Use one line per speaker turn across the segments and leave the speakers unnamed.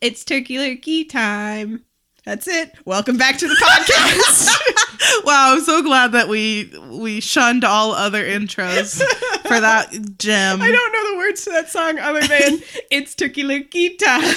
It's turkey lurkey time. That's it. Welcome back to the podcast.
Wow, I'm so glad that we we shunned all other intros for that gem.
I don't know the words to that song other than it's turkey lurkey time.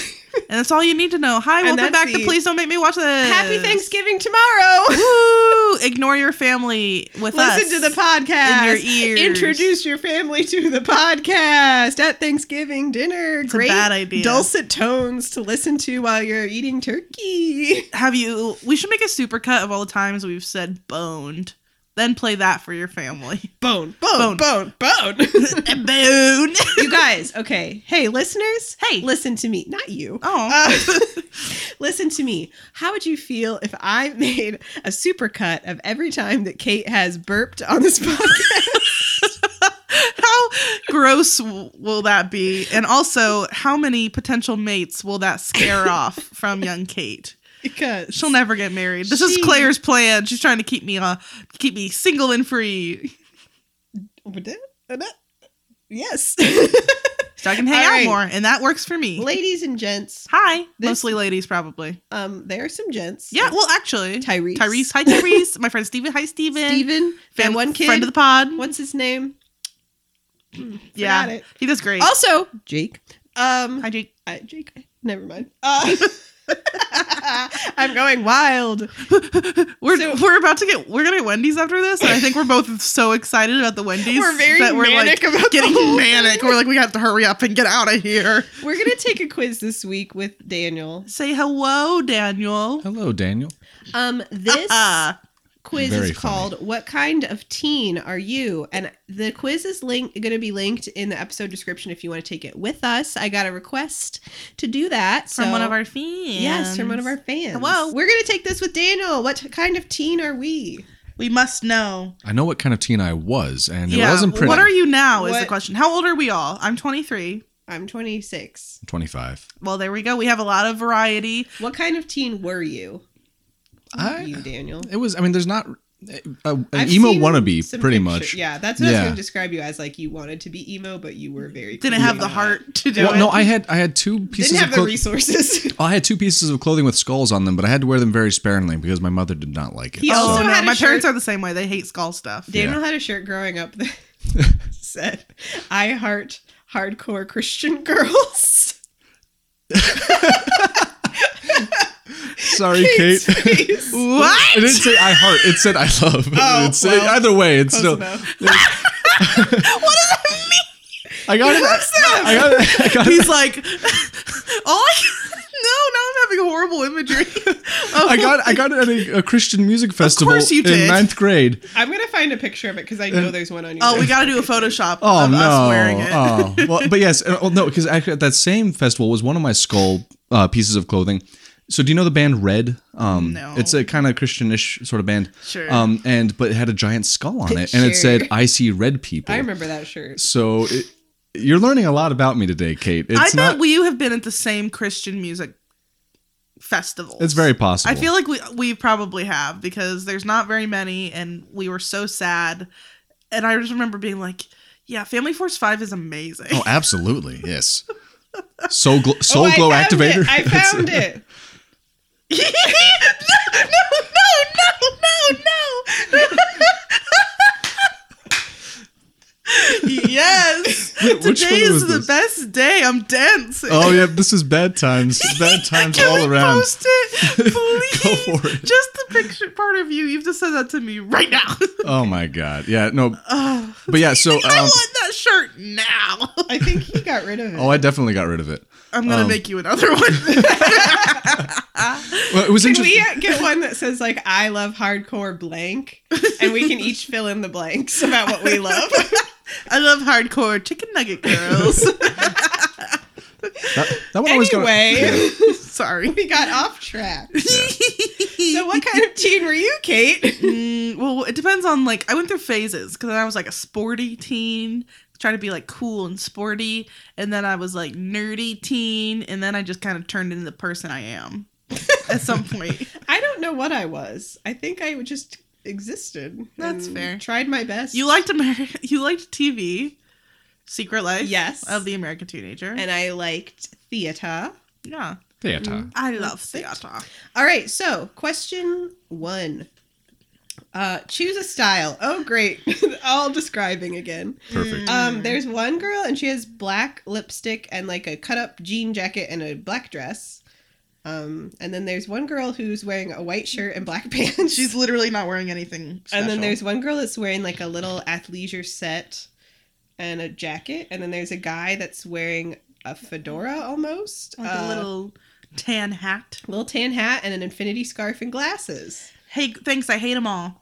And that's all you need to know. Hi,
And
welcome
that's
back to
the-
Please Don't Make Me Watch This.
Happy Thanksgiving tomorrow.
Woo! Ignore your family with us.
Listen to the podcast.
in your ears.
Introduce your family to the podcast at Thanksgiving dinner.
a
Great
bad idea.
dulcet tones to listen to while you're eating turkey.
Have you? We should make a supercut of all the times we've said boned. Then play that for your family.
Bone, bone, bone, bone.
Bone.
you guys, okay. Hey, listeners.
Hey.
Listen to me. Not you.
Oh.
Uh, listen to me. How would you feel if I made a supercut of every time that Kate has burped on this podcast?
how gross w- will that be? And also, how many potential mates will that scare off from young Kate?
because
She'll never get married. This is
She-
Claire's plan. She's trying to keep me uh keep me single and free.
Yes.
So I can hang
All
out
right.
more, and that works for me.
Ladies and gents,
Hi,
This-
mostly ladies probably.
um, there are some gents.
Yeah, well actually,
Tyrese.
Tyrese, hi Tyrese, my friend Steven, hi Steven.
Steven.
Fan-
And one kid.
friend of the pod.
What's his name?
yeah,
forgot it.
he does great.
Also, Jake. Um,
hi Jake.
I, Jake. Never mind. Uh, I'm going wild.
We're
So-
we're about to get we're gonna get Wendy's after this, and I think we're both so excited about the Wendy's
We're very
that we're
manic
like
about
getting
the whole
manic. We're like we have to hurry up and get out of here.
We're gonna take a quiz this week with Daniel.
Say hello, Daniel.
Hello, Daniel.
Um, this
Uh,
quiz is
Very funny.
called "What Kind of Teen Are You?" and the quiz is link going to be linked in the episode description if you want to take it with us. I got a request to do that
from
so-
one of our fans.
yes from one of our fans.
Hello.
we're gonna take this with Daniel. What kind of teen are we?
We must know.
I know what kind of teen I was, and it wasn't pretty.
What are you now? Is the
What-
question. How old are we all? I'm 23.
I'm 26.
25.
Well, there we go. We have a lot of variety.
What kind of teen were you? you
I.
Daniel.
It was. I mean, there's not uh, an
I've
emo
seen
wannabe,
some
pretty
picture-
much.
Yeah, that's what I
Yeah.
was going to describe you as. Like you wanted to be emo, but you were very
Didn't
cool
have the
about
heart to do
Well,
it.
no, I had I had two
it.
pieces
Didn't have
of
the
clo-
resources.
I had two pieces of clothing with skulls on them, but I had to wear them very sparingly because my mother did not like it.
He
So-
also
Oh, no,
had a
my parents
shirt-
are the same way. They hate skull stuff.
Daniel had a shirt growing up that said, I heart hardcore Christian girls.
sorry, Kate.
Kate's face.
What?
It didn't say I heart. It said I love.
Oh,
It's- it-
well,
either way, it's
Close
still.
enough.
I got it. I got it. I got it.
He's like, all I no, now I'm having horrible imagery.
I got I got it at a, a Christian music festival
course you
in
did.
ninth grade.
I'm going to find a picture of it because I know there's one on you.
Oh, we got to do a Photoshop
Oh
of
no!
us wearing it.
Oh well, but yes. uh, Oh no, because actually at that same festival was one of my skull uh, pieces of clothing. So do you know the band Red? Um,
No.
It's a kind of Christianish sort of band.
Sure.
Um, and but it had a giant skull on it, and it said
Picture.
"I see red people."
I remember that shirt.
So it, you're learning a lot about me today, Kate. It's
I bet
not.
we have been at the same Christian music festival.
it's very possible.
I feel like we we probably have because there's not very many, and we were so sad. And I just remember being like, "Yeah, Family Force Five is amazing."
Oh, absolutely. Yes. Soul, gl- soul
Oh, I
glow
found
activator.
It. I
That's-
found it.
no, no, no, no, no, no. yes.
Wait, which
Today
one
is
was
the
this?
best day. I'm dancing.
Oh yeah, this is bad times. Bad times
Can
all
we
around.
post it, please?
Go for it.
Just the picture part of you. You've just said that to me right now.
Oh my god. Yeah. No.
oh,
But yeah. So.
I
Um,
want that shirt now.
I think he got rid of it.
oh, I definitely got rid of it.
I'm gonna
Um,
make you another one.
Well, it was
can
interesting.
we uh, get one that says like I love hardcore blank, and we can each fill in the blanks about what we love.
I love hardcore chicken nugget girls.
that, that one always got.
anyway,
Sorry.
we got off track. So, what kind of teen were you, Kate?
Mm, well, it depends on like I went through phases because then I was like a sporty teen, trying to be like cool and sporty, and then I was like nerdy teen, and then I just kind of turned into the person I am at some point.
I don't know what I was. I think I just existed.
That's
and
fair.
Tried my best.
You liked America, you liked TV, Secret Life,
Yes.
of the American Teenager,
and I liked theater.
yeah,
Theater.
I love
Perfect.
theater.
All right, so question one. Uh, choose a style. Oh, great. All describing again.
Perfect.
Mm-hmm.
Um, there's one girl, and she has black lipstick and like a cut up jean jacket and a black dress. Um, and then there's one girl who's wearing a white shirt and black pants.
She's literally not wearing anything.
and then
special.
there's one girl that's wearing like a little athleisure set and a jacket. And then there's a guy that's wearing a fedora almost,
like
uh,
a little tan hat.
little tan hat, and an infinity scarf and glasses.
Hey, thanks. I hate them all.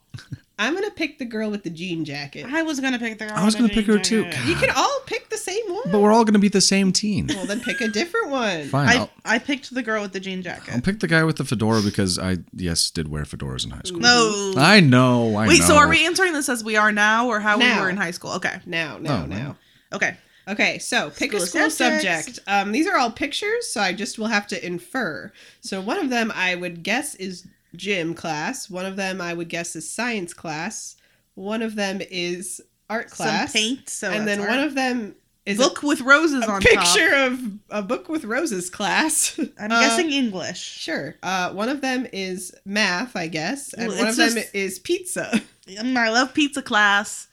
I'm gonna pick the girl with the jean jacket.
I was gonna pick the. girl
I was
in the
gonna pick
jean
her too.
jacket.
You can all pick the same one.
But we're all going to be the same teen.
well, then pick a different one.
Fine.
I
I'll,
I picked the girl with the jean
I'll
jacket.
pick the guy with the fedora because I, yes, did wear fedoras in high school.
No.
I know. I
Wait.
know.
So are we answering this as we are now, or how we
Now.
were in high school? Okay.
Now, now,
Oh,
now.
man.
Okay.
Okay, so pick a school
School subjects.
subject. Um, these are all pictures, so I just will have to infer. So one of them I would guess is gym class. One of them I would guess is science class. One of them is art class.
Some paint. So
and then one of them is a-
book with roses
a,
on
picture
top.
of a book with roses class.
I'm
Uh,
guessing English.
Sure. Uh, one of them is math, I guess, and
Well,
one of
it's
them
just-
is pizza.
Mm, I love pizza class.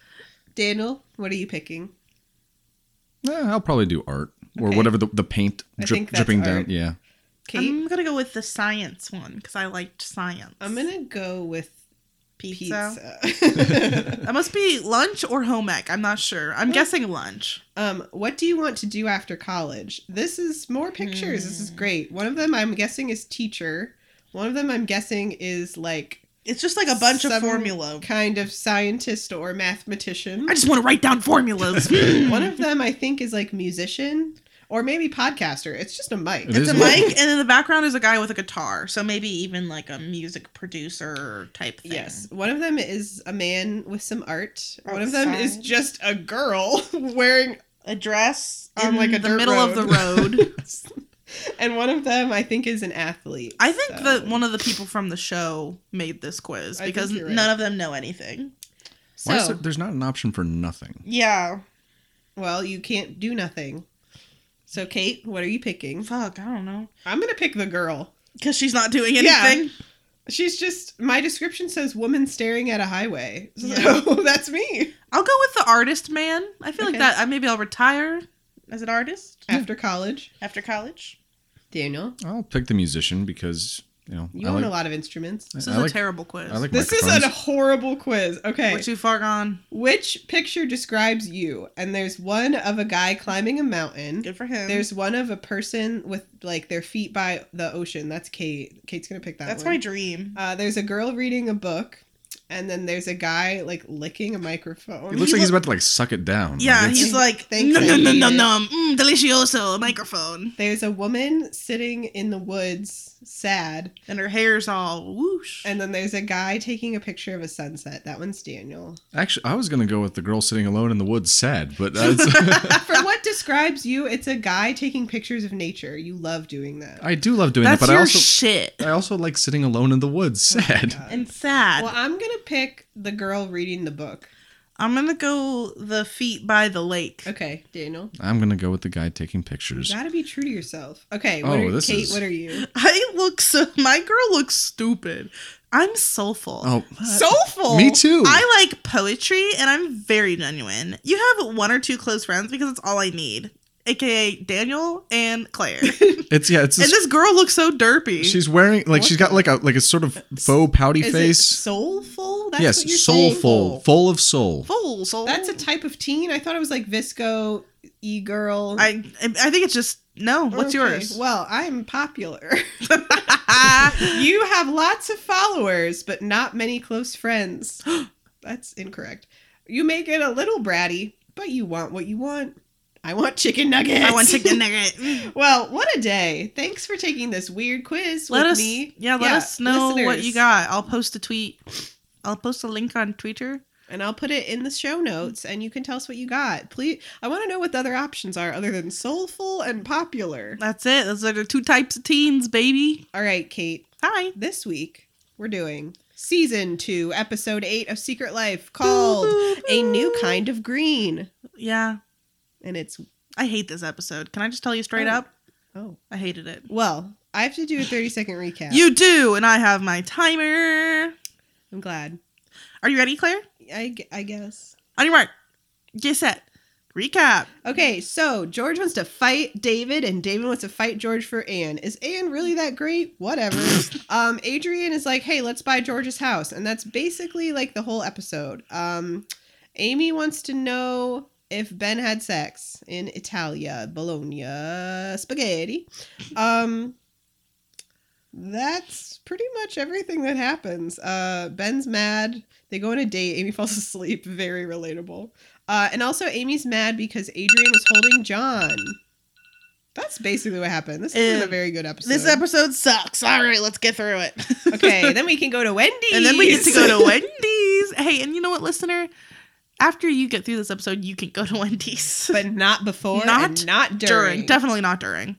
Daniel, what are you picking?
Yeah, I'll probably do art or
Okay.
whatever the, the paint
I
drip,
think that's
dripping
art.
down. Yeah.
Kate, I'm,
I'm gonna go with the science one because I liked science.
gonna go with
pizza.
pizza.
That must be lunch or home ec. I'm not sure. I'm guessing lunch.
um, what do you want to do after college? This is more pictures. This
Hmm.
is great. One of them I'm guessing is teacher. One of them I'm guessing is like
It's just like a bunch
Some
of formula.
kind of scientist or mathematician.
I just want to write down formulas.
One of them I think is like musician or maybe podcaster. It's just a mic.
It
It's
is
a
a mic.
mic, and in the background is a guy with a guitar. So maybe even like a music producer type thing.
Yes. One of them is a man with some art. One of them is
Outside.
just a girl wearing
a dress
On,
in
like, a
the
dirt
middle of the road.
and one of them I think is an athlete.
I think
So-
that one of the people from the show made this quiz
I think
because
you're right.
none of them know anything.
Why
So-
is there, there's not an option for nothing.
Yeah.
Well, you can't do nothing. So Kate, what are you picking?
Fuck, I don't know.
I'm gonna pick the girl.
Because she's not doing
Yeah.
anything.
She's just my description says woman staring at a highway. So
Yeah.
that's me.
I'll go with the artist man. I feel
Okay.
like that. I maybe I'll retire as an artist
After college.
after college.
Daniel.
I'll pick the musician because, you know,
You
I
own
like,
a lot of instruments.
This
I
is
like-
a terrible quiz.
I like
This is a
microphones.
horrible quiz. Okay.
We're too far gone.
Which picture describes you? And there's one of a guy climbing a mountain.
Good for him.
There's one of a person with like their feet by the ocean. That's Kate. Kate's gonna pick that.
That's
one.
my dream.
Uh, there's a girl reading a book, and then there's a guy like licking a microphone.
He looks
He
like he's
look-
about to like suck it down. Like,
Yeah,
it's-
he's like,
Thanks,
no, no,
I
no,
need
no,
it."
no, mm, delicioso, microphone.
there's a woman sitting in the woods, sad,
And her hair's all whoosh.
and then there's a guy taking a picture of a sunset. That one's Daniel.
Actually, I was going to go with the girl sitting alone in the woods, sad, but that's,
For what describes you, it's a guy taking pictures of nature. You love doing that.
I do love doing
That's
that. But
your
I also,
shit.
I also like sitting alone in the woods,
Oh
sad.
And sad.
Well, I'm gonna pick the girl reading the book.
I'm gonna go the feet by the lake.
Okay, Daniel.
I'm going to go with the guy taking
You
pictures.
gotta be true to yourself. Okay, what
Oh,
are,
this
Kate,
is-
what are you?
I look so. My girl looks stupid. I'm soulful.
Oh,
Soulful.
Me too.
I like poetry and I'm very genuine. You have one or two close friends because it's all I need, aka Daniel and Claire. and
it's yeah, it's
this girl looks so derpy.
she's wearing like
What
she's got like a like a sort of faux pouty
Is it
E face.
soulful? That's what you're
yes,
saying?
soulful, full of soul.
full soul.
That's a type of teen. I thought it was like Visco, e girl.
I I think it's just no. What's yours?
Well, I'm popular. you have lots of followers, but not many close friends. That's incorrect. You may get a little bratty, but you want what you want. I want chicken nuggets.
I want chicken nugget.
Well, what a day! Thanks for taking this weird quiz
let
with
us
me.
yeah let us know what you
listeners.
got i'll post a tweet i'll post a link on twitter
and I'll put it in the show notes, and you can tell us what you got. Please, I want to know what the other options are other than soulful and popular.
that's it those are the two types of teens baby
All right, Kate.
hi
This week we're doing season two, episode eight of Secret Life, called "A New Kind of Green,"
yeah
and it's
i hate this episode can i just tell you straight
Oh.
up
oh
i hated it
well. I have to do a 30 second recap.
You do, and I have my timer.
I'm glad.
Are you ready, Claire?
I, gu- I guess.
On your mark, get set, recap.
Okay, so George wants to fight David, and David wants to fight George for Anne. Is Anne really that great? Whatever. um, Adrian is like, hey, let's buy George's house, and that's basically like the whole episode. Um, Amy wants to know if Ben had sex in Italia, Bologna, spaghetti. Um, that's pretty much everything that happens. Uh, Ben's mad. They go on a date. Amy falls asleep. Very relatable. Uh, and also, Amy's mad because Adrian was holding John. That's basically what happened. This isn't
Um,
a very good episode.
This episode sucks. All right, let's get through it.
okay, then we can go to Wendy's.
and then we get to go to Wendy's. Hey, and you know what, listener? After you get through this episode, you can go to Wendy's.
but not before,
Not
and not
during,
during.
definitely not during,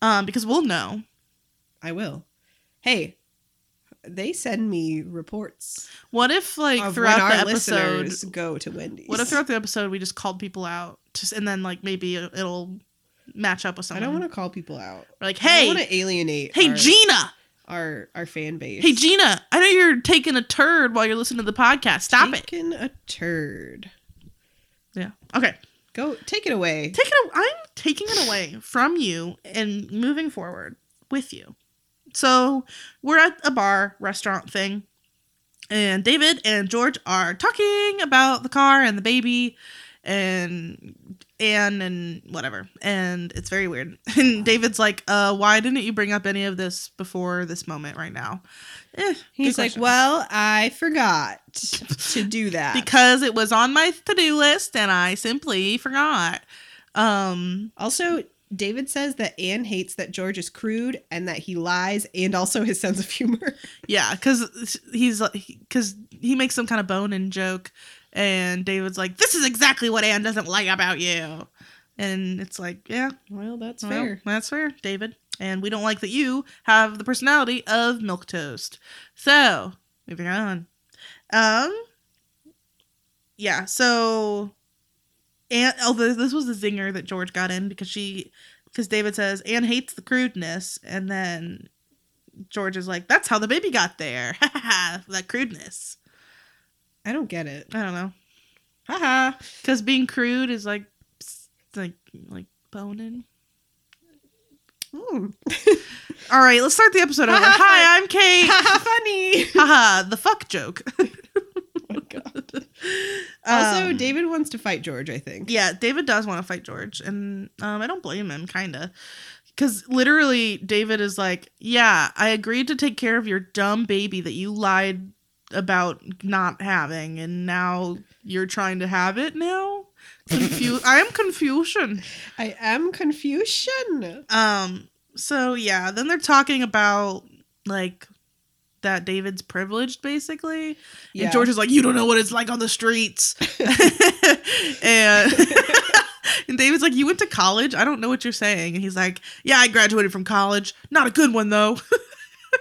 um, because we'll know.
I will. Hey, they send me reports
What if like
of when
throughout
our
the episode,
listeners go to Wendy's.
what if throughout the episode we just called people out, just and then like maybe it'll match up
I
with someone.
don't want to call people out.
We're like,
I
hey,
want to alienate.
hey
our,
Gina,
our our fan base.
hey Gina, I know you're taking a turd while you're listening to the podcast. Stop it.
Taking a turd.
Yeah. Okay.
Go take it away.
Take it. I'm taking it away from you and moving forward with you. So we're at a bar restaurant thing, and David and George are talking about the car and the baby, and Anne and whatever. And it's very weird. And David's like, "Uh, why didn't you bring up any of this before this moment right now?" Eh,
He's
good
like,
question.
well, I forgot to do that
because it was on my to-do list and I simply forgot." Um,
Also, David says that Anne hates that George is crude and that he lies and also his sense of humor.
Yeah, because he's because he makes some kind of bone in joke, and David's like, "This is exactly what Anne doesn't like about you," and it's like, "Yeah,
Well, that's
well, that's fair, David." And we don't like that you have the personality of milk toast. So moving on, um, yeah. So, Anne, although this was the zinger that George got in because she, because David says Anne hates the crudeness, and then George is like, that's how the baby got there. that crudeness.
I don't get it.
I don't know.
Haha.
Because being crude is like, s- like, like boning.
Mm.
All right, let's start the episode over. Hi, I'm Kate.
Haha, funny.
Haha, the fuck joke.
also,
Um,
David wants to fight George, I think.
Yeah, David does want to fight George, and um, I don't blame him, kinda, because literally David is like, "Yeah, I agreed to take care of your dumb baby that you lied about not having, and now you're trying to have it now." Confu- I am confusion.
I am Confucian.
Um. So yeah, then they're talking about like that David's privileged, basically.
Yeah.
And George is like, you don't know what it's like on the streets. and, and David's like, you went to college? I don't know what you're saying. And he's like, yeah, I graduated from college. Not a good one, though.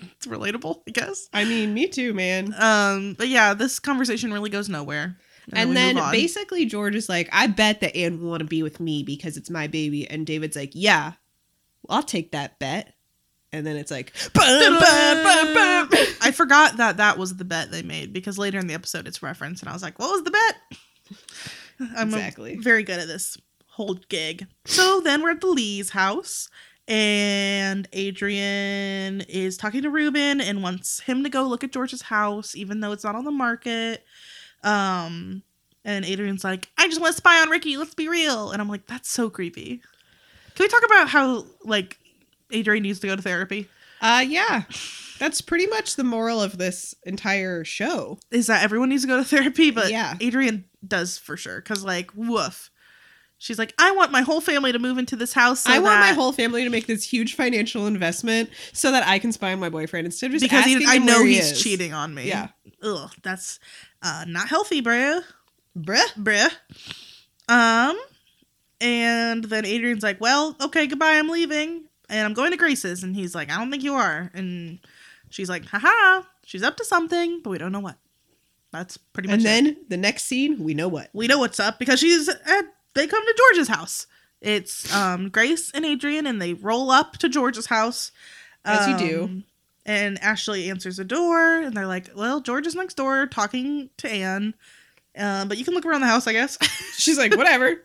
it's relatable, I guess.
I mean, me too, man.
Um, but yeah, this conversation really goes nowhere.
and
we
then
move on.
basically George is like, I bet that Anne will want to be with me because it's my baby. And David's like, Yeah, I'll take that bet. And then it's like, bum, bum, bum, bum.
I forgot that that was the bet they made because later in the episode it's referenced, and I was like, "What was the bet?" I'm a-
Exactly.
very good at this whole gig. So then we're at the Lee's house, and Adrian is talking to Ruben and wants him to go look at George's house, even though it's not on the market. Um, and Adrian's like, "I just want to spy on Ricky. Let's be real." And I'm like, "That's so creepy." Can we talk about how like Adrian needs to go to therapy?
Uh yeah. That's pretty much the moral of this entire show.
is that everyone needs to go to therapy, but
Yeah.
Adrian does for sure. Cause like, woof. She's like, I want my whole family to move into this house. So
I want my
that-
whole family to make this huge financial investment so that I can spy on my boyfriend instead of just
because he-
asking
I
him
know
where he
he's
is.
cheating on me.
Yeah.
Ugh, that's uh, not healthy, bro.
Bruh.
Bruh. Um, and then Adrian's like, well, okay, goodbye, I'm leaving. And I'm going to Grace's. And he's like, I don't think you are. And she's like, haha, she's up to something, but we don't know what. That's pretty
And
much it.
then the next scene, we know what.
we know what's up because she's at they come to George's house It's um, Grace and Adrian, and they roll up to George's house.
As you do.
Um, And Ashley answers the door, and they're like, "Well, George is next door talking to Anne, um, but you can look around the house, I guess."
She's like, whatever.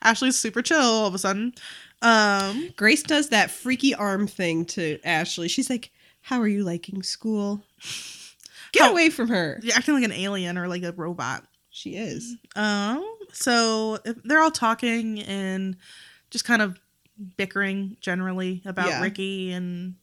Ashley's super chill all of a sudden. Um,
Grace does that freaky arm thing to Ashley. She's like, How are you liking school? Get
How-
away from her.
you're acting like an alien or like a robot.
She is.
Um, so they're all talking and just kind of bickering generally about
Yeah.
Ricky and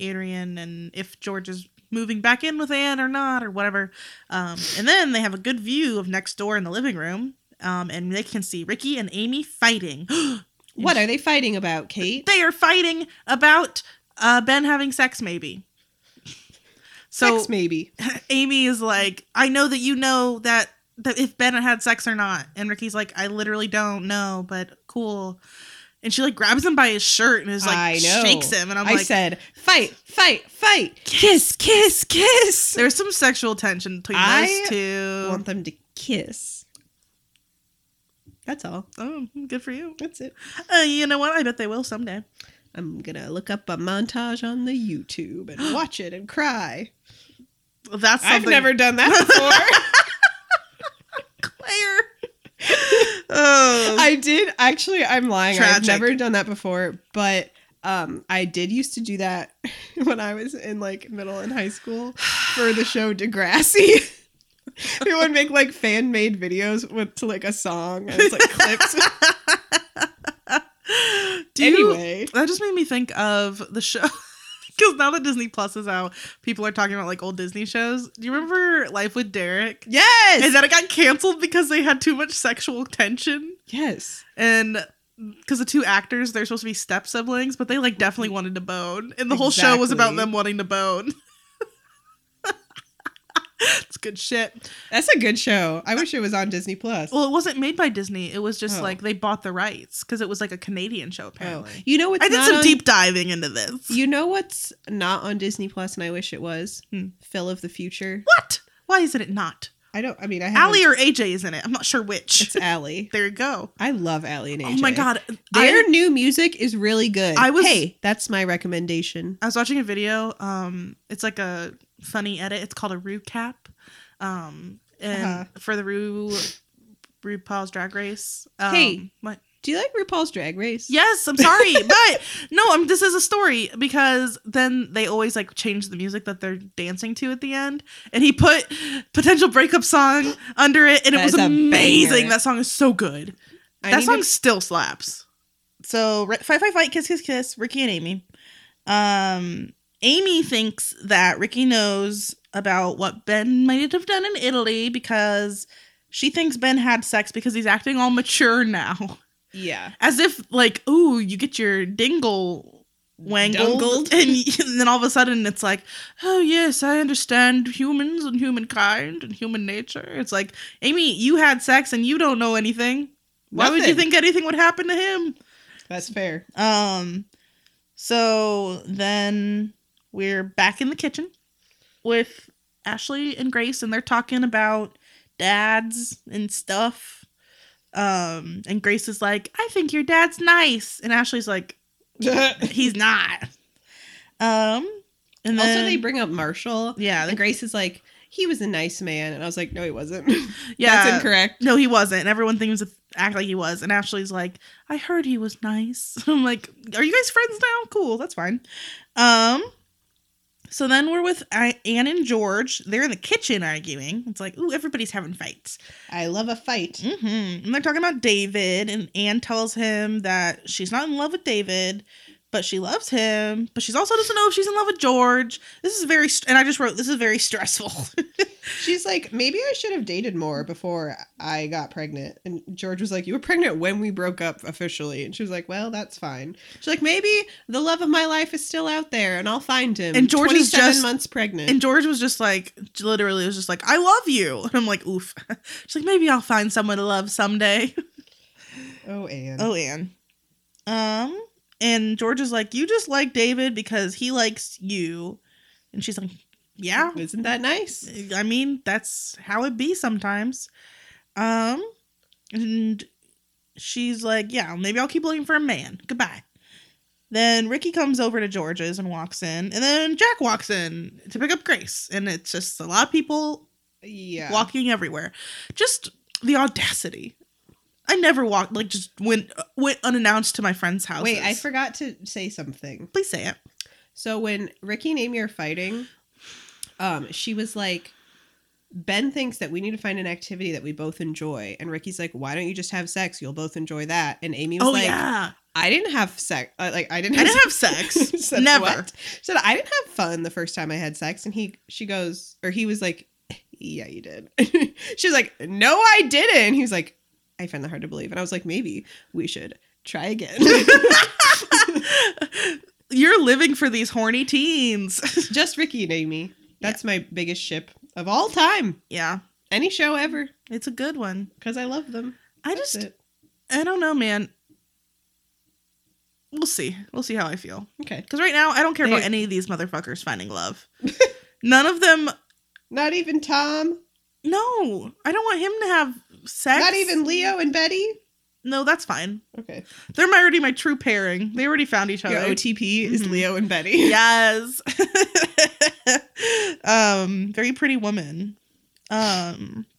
Adrian and if George is moving back in with Anne or not or whatever. Um, and then they have a good view of next door in the living room. Um, and they can see Ricky and Amy fighting.
What are they fighting about, Kate?
they are fighting about uh, Ben having sex, maybe. So
Sex, maybe.
Amy is like, I know that you know that that if Ben had sex or not, and Ricky's like, I literally don't know, but cool. And she like grabs him by his shirt and is like
I know.
shakes him, and I'm
I
like,
said, Fight, fight, fight. Kiss, kiss, kiss.
there's some sexual tension between
I
those
I
two.
want them to kiss. That's all.
oh, good for you.
That's it.
Uh, you know what? I bet they will someday.
I'm gonna look up a montage on the YouTube and watch it and cry.
That's something
I've never done that before.
Claire. oh,
I did actually. I'm lying.
Tragic.
I've never done that before, but um, I did used to do that when I was in like middle and high school for the show Degrassi. they would make like fan made videos with to like a song and it's like clips.
Do you-
anyway,
That just made me think of the show. Because now that Disney Plus is out, people are talking about like old Disney shows. Do you remember Life with Derek?
yes,
And then it got canceled because they had too much sexual tension.
yes.
And because the two actors, they're supposed to be step siblings, but they like definitely wanted to bone. And the whole show was about
Exactly.
them wanting to bone. it's good shit.
That's a good show. I wish it was on Disney Plus.
Well, it wasn't made by Disney. It was just
Oh.
like they bought the rights because it was like a Canadian show,
oh,
apparently.
you know what's
I did
not
some
on-
deep diving into this.
You know what's not on Disney Plus, and I wish it was
Hmm.
Phil of the Future.
What? Why isn't it not?
I don't. I mean, I have
Allie or AJ is in it. I'm not sure which.
it's Allie.
There you go.
I love Allie and AJ.
Oh my god.
their
I,
new music is really good.
I was-
Hey, that's my recommendation.
I was watching a video. Um, it's like a funny edit. It's called a recap. Um, and
Uh-huh.
for the Ru RuPaul's Drag Race. Um,
Hey.
what?
Do you like RuPaul's Drag Race?
Yes, I'm sorry, but no, I'm. This is a story because then they always like change the music that they're dancing to at the end, and he put potential breakup song under it, and it
That
was
is a
amazing.
banger.
That song is so good.
I
that
need
song
to-
still slaps. So ri- fight, fight, fight, kiss, kiss, kiss. Ricky and Amy. Um, Amy thinks that Ricky knows about what Ben might have done in Italy because she thinks Ben had sex because he's acting all mature now,
yeah.
as if like, ooh, you get your dingle wangled,
Dungled.
and, y- and then all of a sudden it's like, oh yes, I understand humans and humankind and human nature. It's like, Amy, you had sex and you don't know anything. Why would you
Nothing.
think anything would happen to him?
That's fair.
Um so then we're back in the kitchen with Ashley and Grace and they're talking about dads and stuff. Um and Grace is like, "I think your dad's nice." And Ashley's like, "He's not." Um and then
also, they bring up Marshall.
Yeah,
And
they,
Grace is like, he was a nice man, and I was like, no, he wasn't.
yeah.
that's incorrect.
No, he wasn't. And everyone thinks act like he was. And Ashley's like, I heard he was nice. I'm like, are you guys friends now? Cool, that's fine. Um, so then we're with I- Anne and George. They're in the kitchen arguing. It's like, ooh, everybody's having fights.
I love a fight.
hmm And they're talking about David. And Anne tells him that she's not in love with David, but she loves him. But she's also doesn't know if she's in love with George. This is very, st- and I just wrote, this is very stressful.
She's like, maybe I should have dated more before I got pregnant. And George was like, You were pregnant when we broke up officially. And she was like, Well, that's fine. She's like, Maybe the love of my life is still out there and I'll find him.
And George is
27
just-
months pregnant.
And George was just like, literally, was just like, I love you. And I'm like, oof. She's like, maybe I'll find someone to love someday.
oh, Anne.
Oh, Anne. Um, and George is like, you just like David because he likes you. And she's like, yeah.
Isn't that nice?
I mean, that's how it be sometimes. Um, and she's like, yeah, maybe I'll keep looking for a man. Goodbye. Then Ricky comes over to George's and walks in, and then Jack walks in to pick up Grace, and it's just a lot of people
Yeah.
walking everywhere. Just the audacity. I never walked like just went went unannounced to my friend's house.
Wait, I forgot to say something.
Please say it.
So when Ricky and Amy are fighting, um, she was like, Ben thinks that we need to find an activity that we both enjoy. And Ricky's like, why don't you just have sex? You'll both enjoy that. And Amy was
Oh
like,
yeah,
I didn't have sex. Uh, like, I didn't
I
have
didn't have sex.
Said,
Never.
"What?" Said, I didn't have fun the first time I had sex. And he, she goes, or he was like, yeah, you did. She's like, no, I didn't. He was like, I find that hard to believe. And I was like, maybe we should try again.
You're living for these horny teens.
Just Ricky and Amy. That's my biggest ship of all time.
yeah,
Any show ever.
it's a good one.
Because I love them.
I
That's
just
it.
I don't know, man. We'll see. We'll see how I feel.
Okay.
Because right now, I don't care about
They-
any of these motherfuckers finding love. None of them.
Not even Tom.
No, I don't want him to have sex.
Not even Leo and Betty.
No, that's fine.
Okay.
They're my, already my true pairing. They already found each other.
Your OTP is
Mhm.
Leo and Betty.
yes. um, very pretty woman. Um.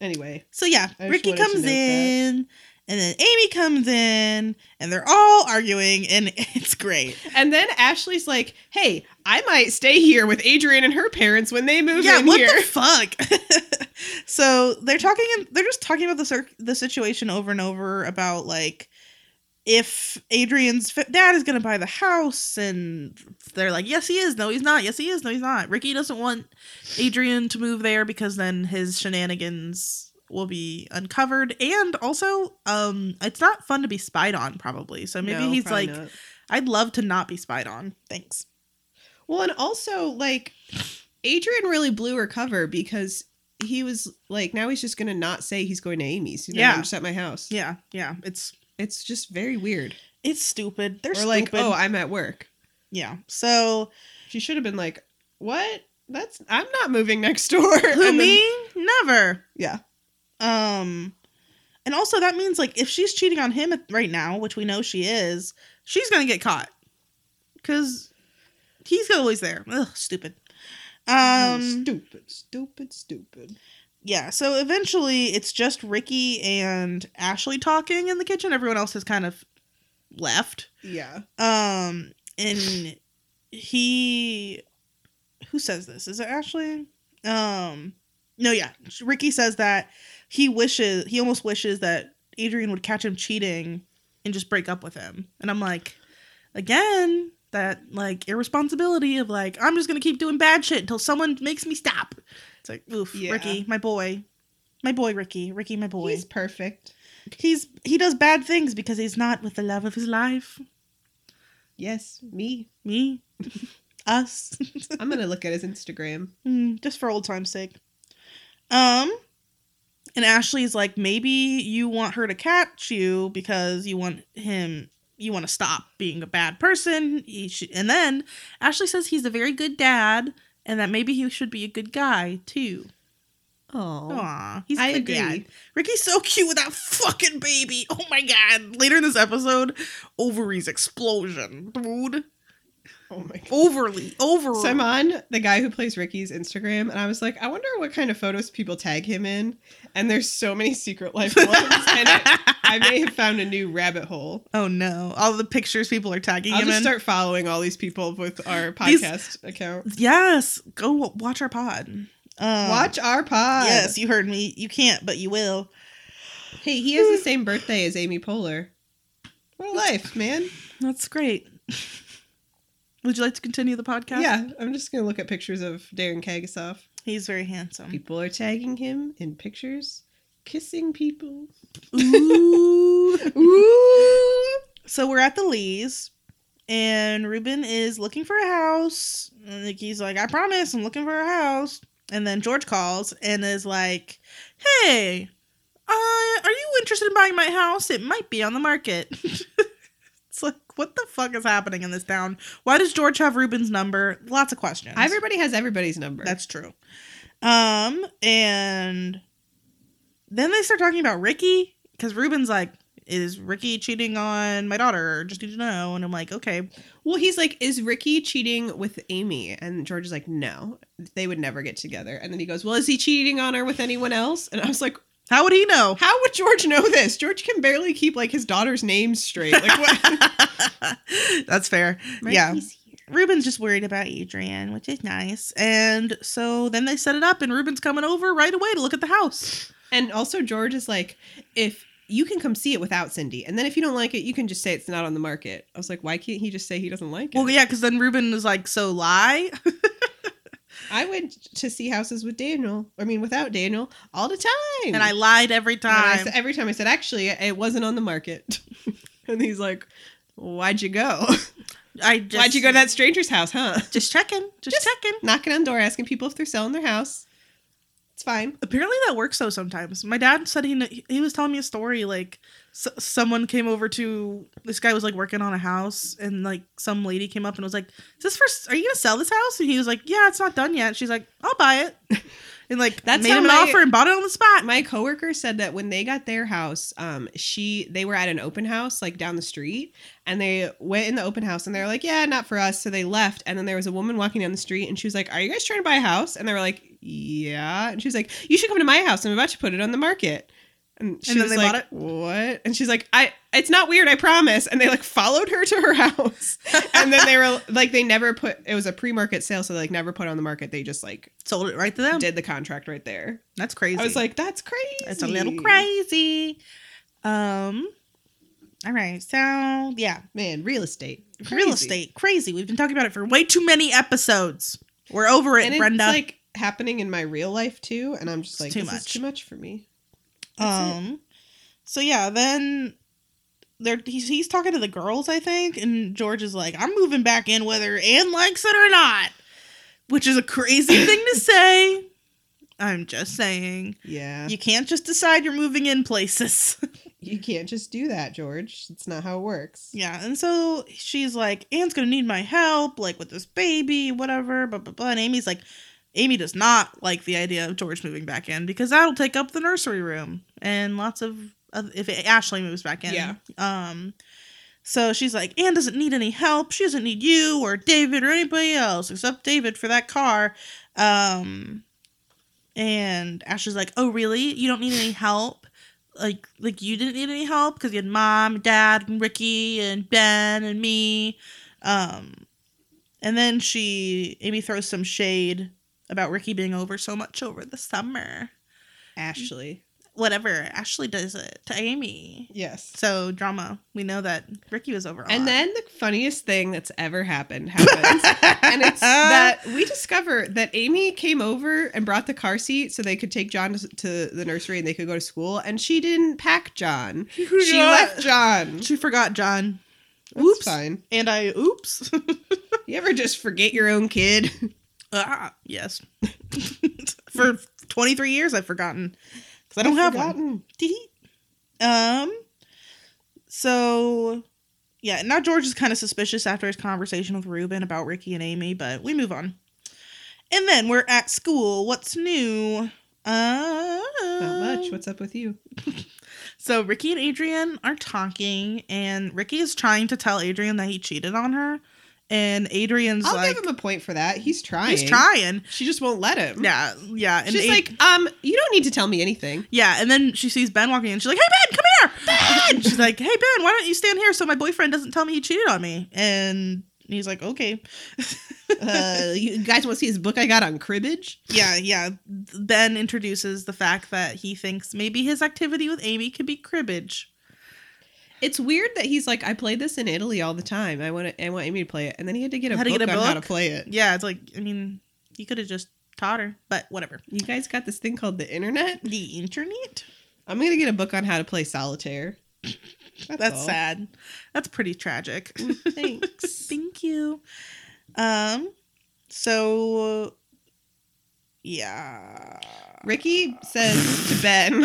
Anyway.
So yeah,
I just
Ricky
wanted to
comes
note
in, and then Amy comes in, and they're all arguing, and it's great.
And then Ashley's like, hey, I might stay here with Adrian and her parents when they move
yeah,
in
what
here.
the fuck? so they're talking, and they're just talking about the cir- the situation over and over about like if Adrian's fa- dad is gonna buy the house, and they're like, yes, he is. No, he's not. Yes, he is. No, he's not. Ricky doesn't want Adrian to move there because then his shenanigans will be uncovered and also um it's not fun to be spied on probably so maybe
No,
he's
probably
like
not.
i'd love to not be spied on thanks
Well, and also like Adrian really blew her cover because he was like, now he's just gonna not say he's going to Amy's. You know,
Yeah.
I'm just at my house.
yeah yeah it's
It's just very weird.
it's stupid they're
or like,
stupid.
oh, I'm at work.
yeah so
She should have been like, what? That's I'm not moving next door.
Who
And then-
me? Never.
yeah.
Um, and also that means like if she's cheating on him at- right now, which we know she is, she's gonna get caught because he's always there. Ugh, stupid. Um,
stupid, stupid, stupid.
yeah. So eventually, it's just Ricky and Ashley talking in the kitchen. Everyone else has kind of left.
Yeah.
Um, and he, who says this? Is it Ashley? Um, no, yeah. Ricky says that he wishes, he almost wishes that Adrian would catch him cheating and just break up with him. And I'm like, again, that like irresponsibility of like, I'm just gonna keep doing bad shit until someone makes me stop. It's like, oof,
Yeah.
Ricky, my boy. My boy Ricky, Ricky, my boy.
He's
He's,
perfect.
he's he does bad things because he's not with the love of his life
Yes, me.
me, us,
I'm gonna look at his Instagram.
Mm, just for old time's sake. Um, and Ashley's like, maybe you want her to catch you because you want him, you want to stop being a bad person. He should, and then Ashley says he's a very good dad and that maybe he should be a good guy too.
Oh,
Aw, he's a
I
good
agree.
dad. Ricky's so cute with that fucking baby. Oh my god! Later in this episode, ovaries explosion, dude.
Oh my god.
Overly, over.
So I'm on the guy who plays Ricky's Instagram, and I was like, I wonder what kind of photos people tag him in. And there's so many secret life ones, and I, I may have found a new rabbit hole.
Oh no! All the pictures people are tagging
I'll
him
just
in.
start following all these people with our
These-
podcast account.
yes, go w- watch our pod. Um,
Watch our pod.
Yes, you heard me. You can't, but you will.
Hey, he has the same birthday as Amy Poehler. What a life, man.
That's great. Would you like to continue the podcast?
Yeah, I'm just going to look at pictures of Darren Kagasov.
he's very handsome.
People are tagging him in pictures, kissing people.
Ooh.
Ooh.
so we're at the Lees, and Ruben is looking for a house. And Nikki's like, "I promise, I'm looking for a house." And then George calls and is like, "Hey, uh, are you interested in buying my house? It might be on the market." it's like, what the fuck is happening in this town? Why does George have Ruben's number? Lots of questions.
Everybody has everybody's number.
That's true. Um, and then they start talking about Ricky because Ruben's like, is Ricky cheating on my daughter? Just need to know. And I'm like, okay,
Well, he's like, is Ricky cheating with Amy? And George is like, no, they would never get together. And then he goes, well, is he cheating on her with anyone else? And I was like,
how would he know?
how would George know this? George can barely keep like his daughter's name straight. Like, what?
That's fair. yeah. Ruben's just worried about Adrian, which is nice. And so then they set it up, and Ruben's coming over right away to look at the house.
And also, George is like, if you can come see it without Cindy, and then if you don't like it, you can just say it's not on the market. I was like, why can't he just say he doesn't like it?
Well, yeah, because then Ruben was like, so lie.
I went to see houses with Daniel, I mean, without Daniel, all the time.
Hmm. and I lied every
And I
time.
said- every time I said, actually, it wasn't on the market. and he's like, why'd you go?
I just,
why'd you go to that stranger's house, huh?
Just checking. Just, checking.
Knocking on door, asking people if they're selling their house. It's fine.
Apparently that works though sometimes. My dad said he kn- he was telling me a story like s someone came over to this guy was like working on a house and like some lady came up and was like, "Is this for? s- Are you gonna sell this house?" And he was like, "Yeah, it's not done yet." she's like, "I'll buy it," and like
That's
made
how
him an
my-
offer and bought it on the spot.
My coworker said that when they got their house, um, she they were at an open house like down the street, and they went in the open house and they were like, "Yeah, not for us." So they left, and then there was a woman walking down the street, and she was like, "Are you guys trying to buy a house?" And they were like, "Yeah," and she was like, "You should come to my house. I'm about to put it on the market." And she
then
was
they
like,
bought it?
"What?" And she's like, "I, it's not weird. I promise." And they like followed her to her house, and then they were like, they never put. It was a pre-market sale, so they like never put on the market. They just like
Sold it right to them.
did the contract right there.
That's crazy.
I was like, that's crazy.
It's a little crazy. Um. All right. So yeah,
Man, real estate.
real
Crazy.
estate crazy. We've been talking about it for way too many episodes. We're over it,
And
Brenda.
it's like happening in my real life too. And I'm just
It's
like,
too
this is
much.
too much for me. That's it.
um. So yeah, then they're he's, he's talking to the girls, I think, and George is like, "I'm moving back in, whether Anne likes it or not," which is a crazy thing to say. I'm just saying,
yeah. You,
you can't just decide you're moving in places.
can't just do that, George. It's not how it works.
Yeah, and so she's like, Anne's gonna need my help, like with this baby, whatever, blah blah blah. And Amy's like, Amy does not like the idea of George moving back in because that'll take up the nursery room and lots of of- if Ashley moves back in.
Yeah.
Um. So she's like, Anne doesn't need any help. She doesn't need you or David or anybody else except David for that car. Um. And Ashley's like, Oh, really? You don't need any help? like like you didn't need any help because you had mom, dad, and Ricky and Ben and me. Um and then she Amy throws some shade about Ricky being over so much over the summer.
Ashley.
Whatever. Ashley does it to Amy.
Yes.
So drama. We know that Ricky was over. a
And
lot.
then the funniest thing that's ever happened happens. and it's that we discover that Amy came over and brought the car seat so they could take John to, to the nursery and they could go to school. And she didn't pack John.
she
She left John.
She forgot John.
That's
oops.
fine.
And I oops.
You ever just forget your own kid?
ah, yes. For 23 years I've forgotten cuz I don't have one. Dee-dee. um. So, yeah. Now George is kind of suspicious after his conversation with Ruben about Ricky and Amy, but we move on. And then we're at school. What's new? Uh,
Not much. What's up with you?
so Ricky and Adrian are talking, and Ricky is trying to tell Adrian that he cheated on her, and Adrian's
I'll
like,
give him a point for that. He's trying.
he's trying.
She just won't let him.
Yeah, yeah. And
She's
Ad-
like, um, you don't need to tell me anything.
Yeah, and then she sees Ben walking in. She's like, "Hey Ben, come here!" Ben. She's like, "Hey Ben, why don't you stand here so my boyfriend doesn't tell me he cheated on me?" And he's like, "Okay."
Uh, you guys want to see his book I got on cribbage?
yeah, yeah. Ben introduces the fact that he thinks maybe his activity with Amy could be cribbage.
It's weird that he's like, I played this in Italy all the time. I want to, I want Amy to play it, and then he had to get a,
Had
book,
to get a
on how to
book?
play it.
Yeah, it's like, I mean, you could have just taught her, but whatever.
You guys got this thing called the internet.
The internet.
I'm gonna get a book on how to play solitaire.
That's
all.
sad. That's pretty tragic.
Thanks.
Thank you. Um. So. Yeah.
Ricky says to Ben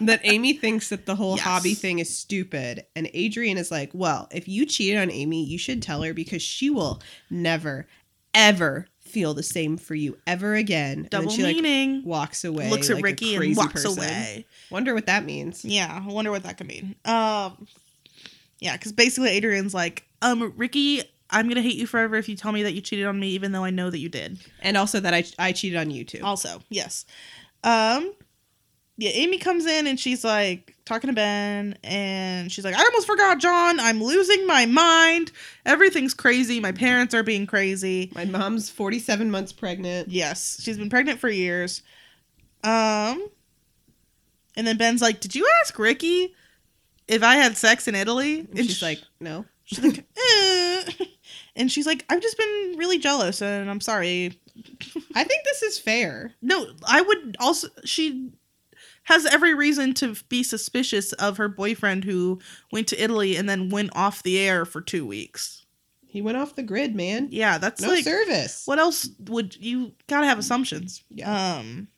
that Amy thinks that the whole
Yes.
hobby thing is stupid. And Adrian is like, Well, if you cheated on Amy, you should tell her because she will never, ever feel the same for you ever again.
Double
and then she
meaning.
like walks away.
looks at
like a
Ricky and
crazy
walks
person.
away.
Wonder what that means.
Yeah, I wonder what that could mean. Um, yeah, because basically Adrian's like, um, Ricky, I'm gonna hate you forever if you tell me that you cheated on me, even though I know that you did.
And also that I I cheated on you too.
Also, yes. Um, yeah, Amy comes in and she's like talking to Ben, and she's like, I almost forgot, John. I'm losing my mind. Everything's crazy. My parents are being crazy.
My mom's 47 months pregnant.
Yes, she's been pregnant for years. Um, and then Ben's like, "Did you ask Ricky if I had sex in Italy?"
And she's like, no.
she's like, eh. and she's like, "I've just been really jealous, and I'm sorry."
I think this is fair.
No, I would also. She has every reason to be suspicious of her boyfriend who went to Italy and then went off the air for two weeks.
He went off the grid, man.
Yeah, that's
No
like
service.
what else would you gotta have assumptions?
Yeah.
Um.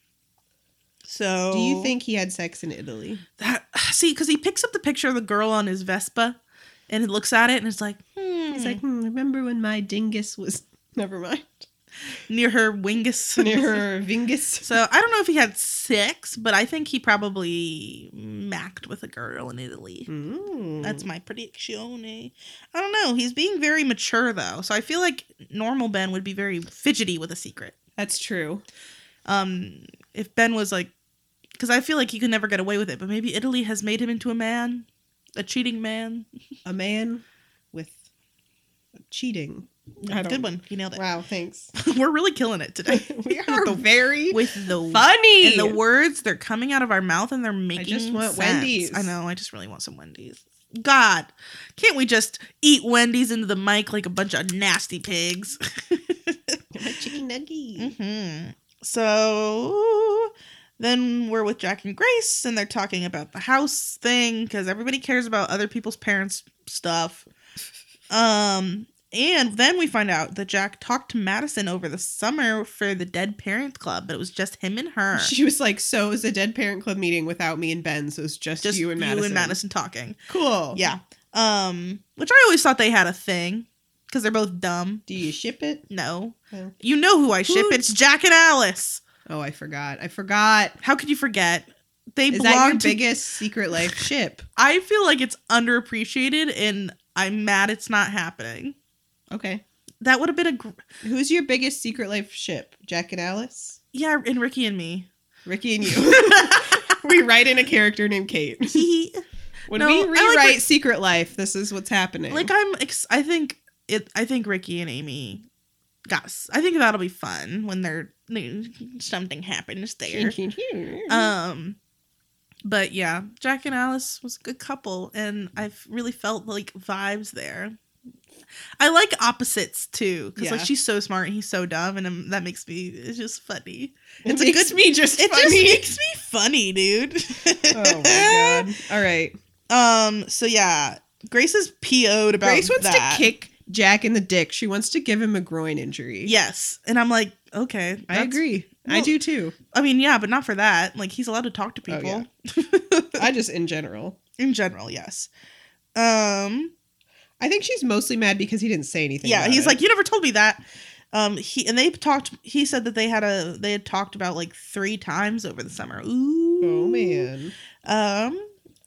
So
Do you think he had sex in Italy?
that see because he picks up the picture of the girl on his Vespa, and he looks at it and it's like hmm.
He's like, hmm, remember when my dingus was. Never mind.
near her wingus
Hmm. Near her vingus.
So I don't know if he had sex, but I think he probably macked with a girl in Italy.
Mm.
That's my prediction. eh? I don't know. He's being very mature though, so I feel like normal Ben would be very fidgety with a secret.
That's true.
Um, if Ben was like, because I feel like he could never get away with it, but maybe Italy has made him into a man, a cheating man.
A man with cheating. I don't-
Good one. You nailed it.
Wow, thanks.
We're really killing it today.
we
With
are
the-
very
with the
funny.
and the words they're coming out of our mouth and they're making.
just want
sense.
Wendy's.
I know. I just really want some Wendy's. God, can't we just eat Wendy's into the mic like a bunch of nasty pigs?
My chicken nugget.
hmm So then we're with Jack and Grace, and they're talking about the house thing because everybody cares about other people's parents' stuff. Um, and then we find out that Jack talked to Madison over the summer for the Dead Parents Club, but it was just him and her.
She was like, "So it was a Dead Parent Club meeting without me and Ben. So it's just,
just
you and Madison. Oh.
talking.
Cool.
Yeah. Um, which I always thought they had a thing because they're both dumb.
Do you ship it?
No,
No.
you know who I ship.
Who-
It's Jack and Alice.
Oh, I forgot. I forgot.
How could you forget? They
Is that your
belong to.
biggest secret life ship?
I feel like it's underappreciated, and I'm mad it's not happening.
Okay.
That would have been a gr-
Who's your biggest secret life ship? Jack and Alice,
yeah, and Ricky and me.
Ricky and you. we write in a character named Kate.
He
When
No, I
we
like
rewrite
what-
Secret Life, this is what's happening.
like I'm. Ex- I think it. I think Ricky and Amy. Guys, I think that'll be fun when they're something happens there. Um, but yeah, Jack and Alice was a good couple, and I've really felt like vibes there. I like opposites too, because like
Yeah.
she's so smart and he's so dumb, and um, that makes me it's just funny.
it's
a
a good me just
It just
funny.
makes me funny, dude.
oh my god! All right,
god. Um. So yeah, Grace is PO'd about
Grace wants
that.
to kick Jack in the dick. She wants to give him a groin injury.
Yes, and I'm like, okay,
I
that's-
agree. I
well-
do too.
I mean, yeah, but not for that. Like he's allowed to talk to
Oh, yeah.
people
I just in general.
in general. Yes. Um.
I think she's mostly mad because he didn't say anything.
yeah
about
he's
it.
like you never told me that um he and they talked he said that they had a they had talked about like three times over the summer ooh
oh man.
um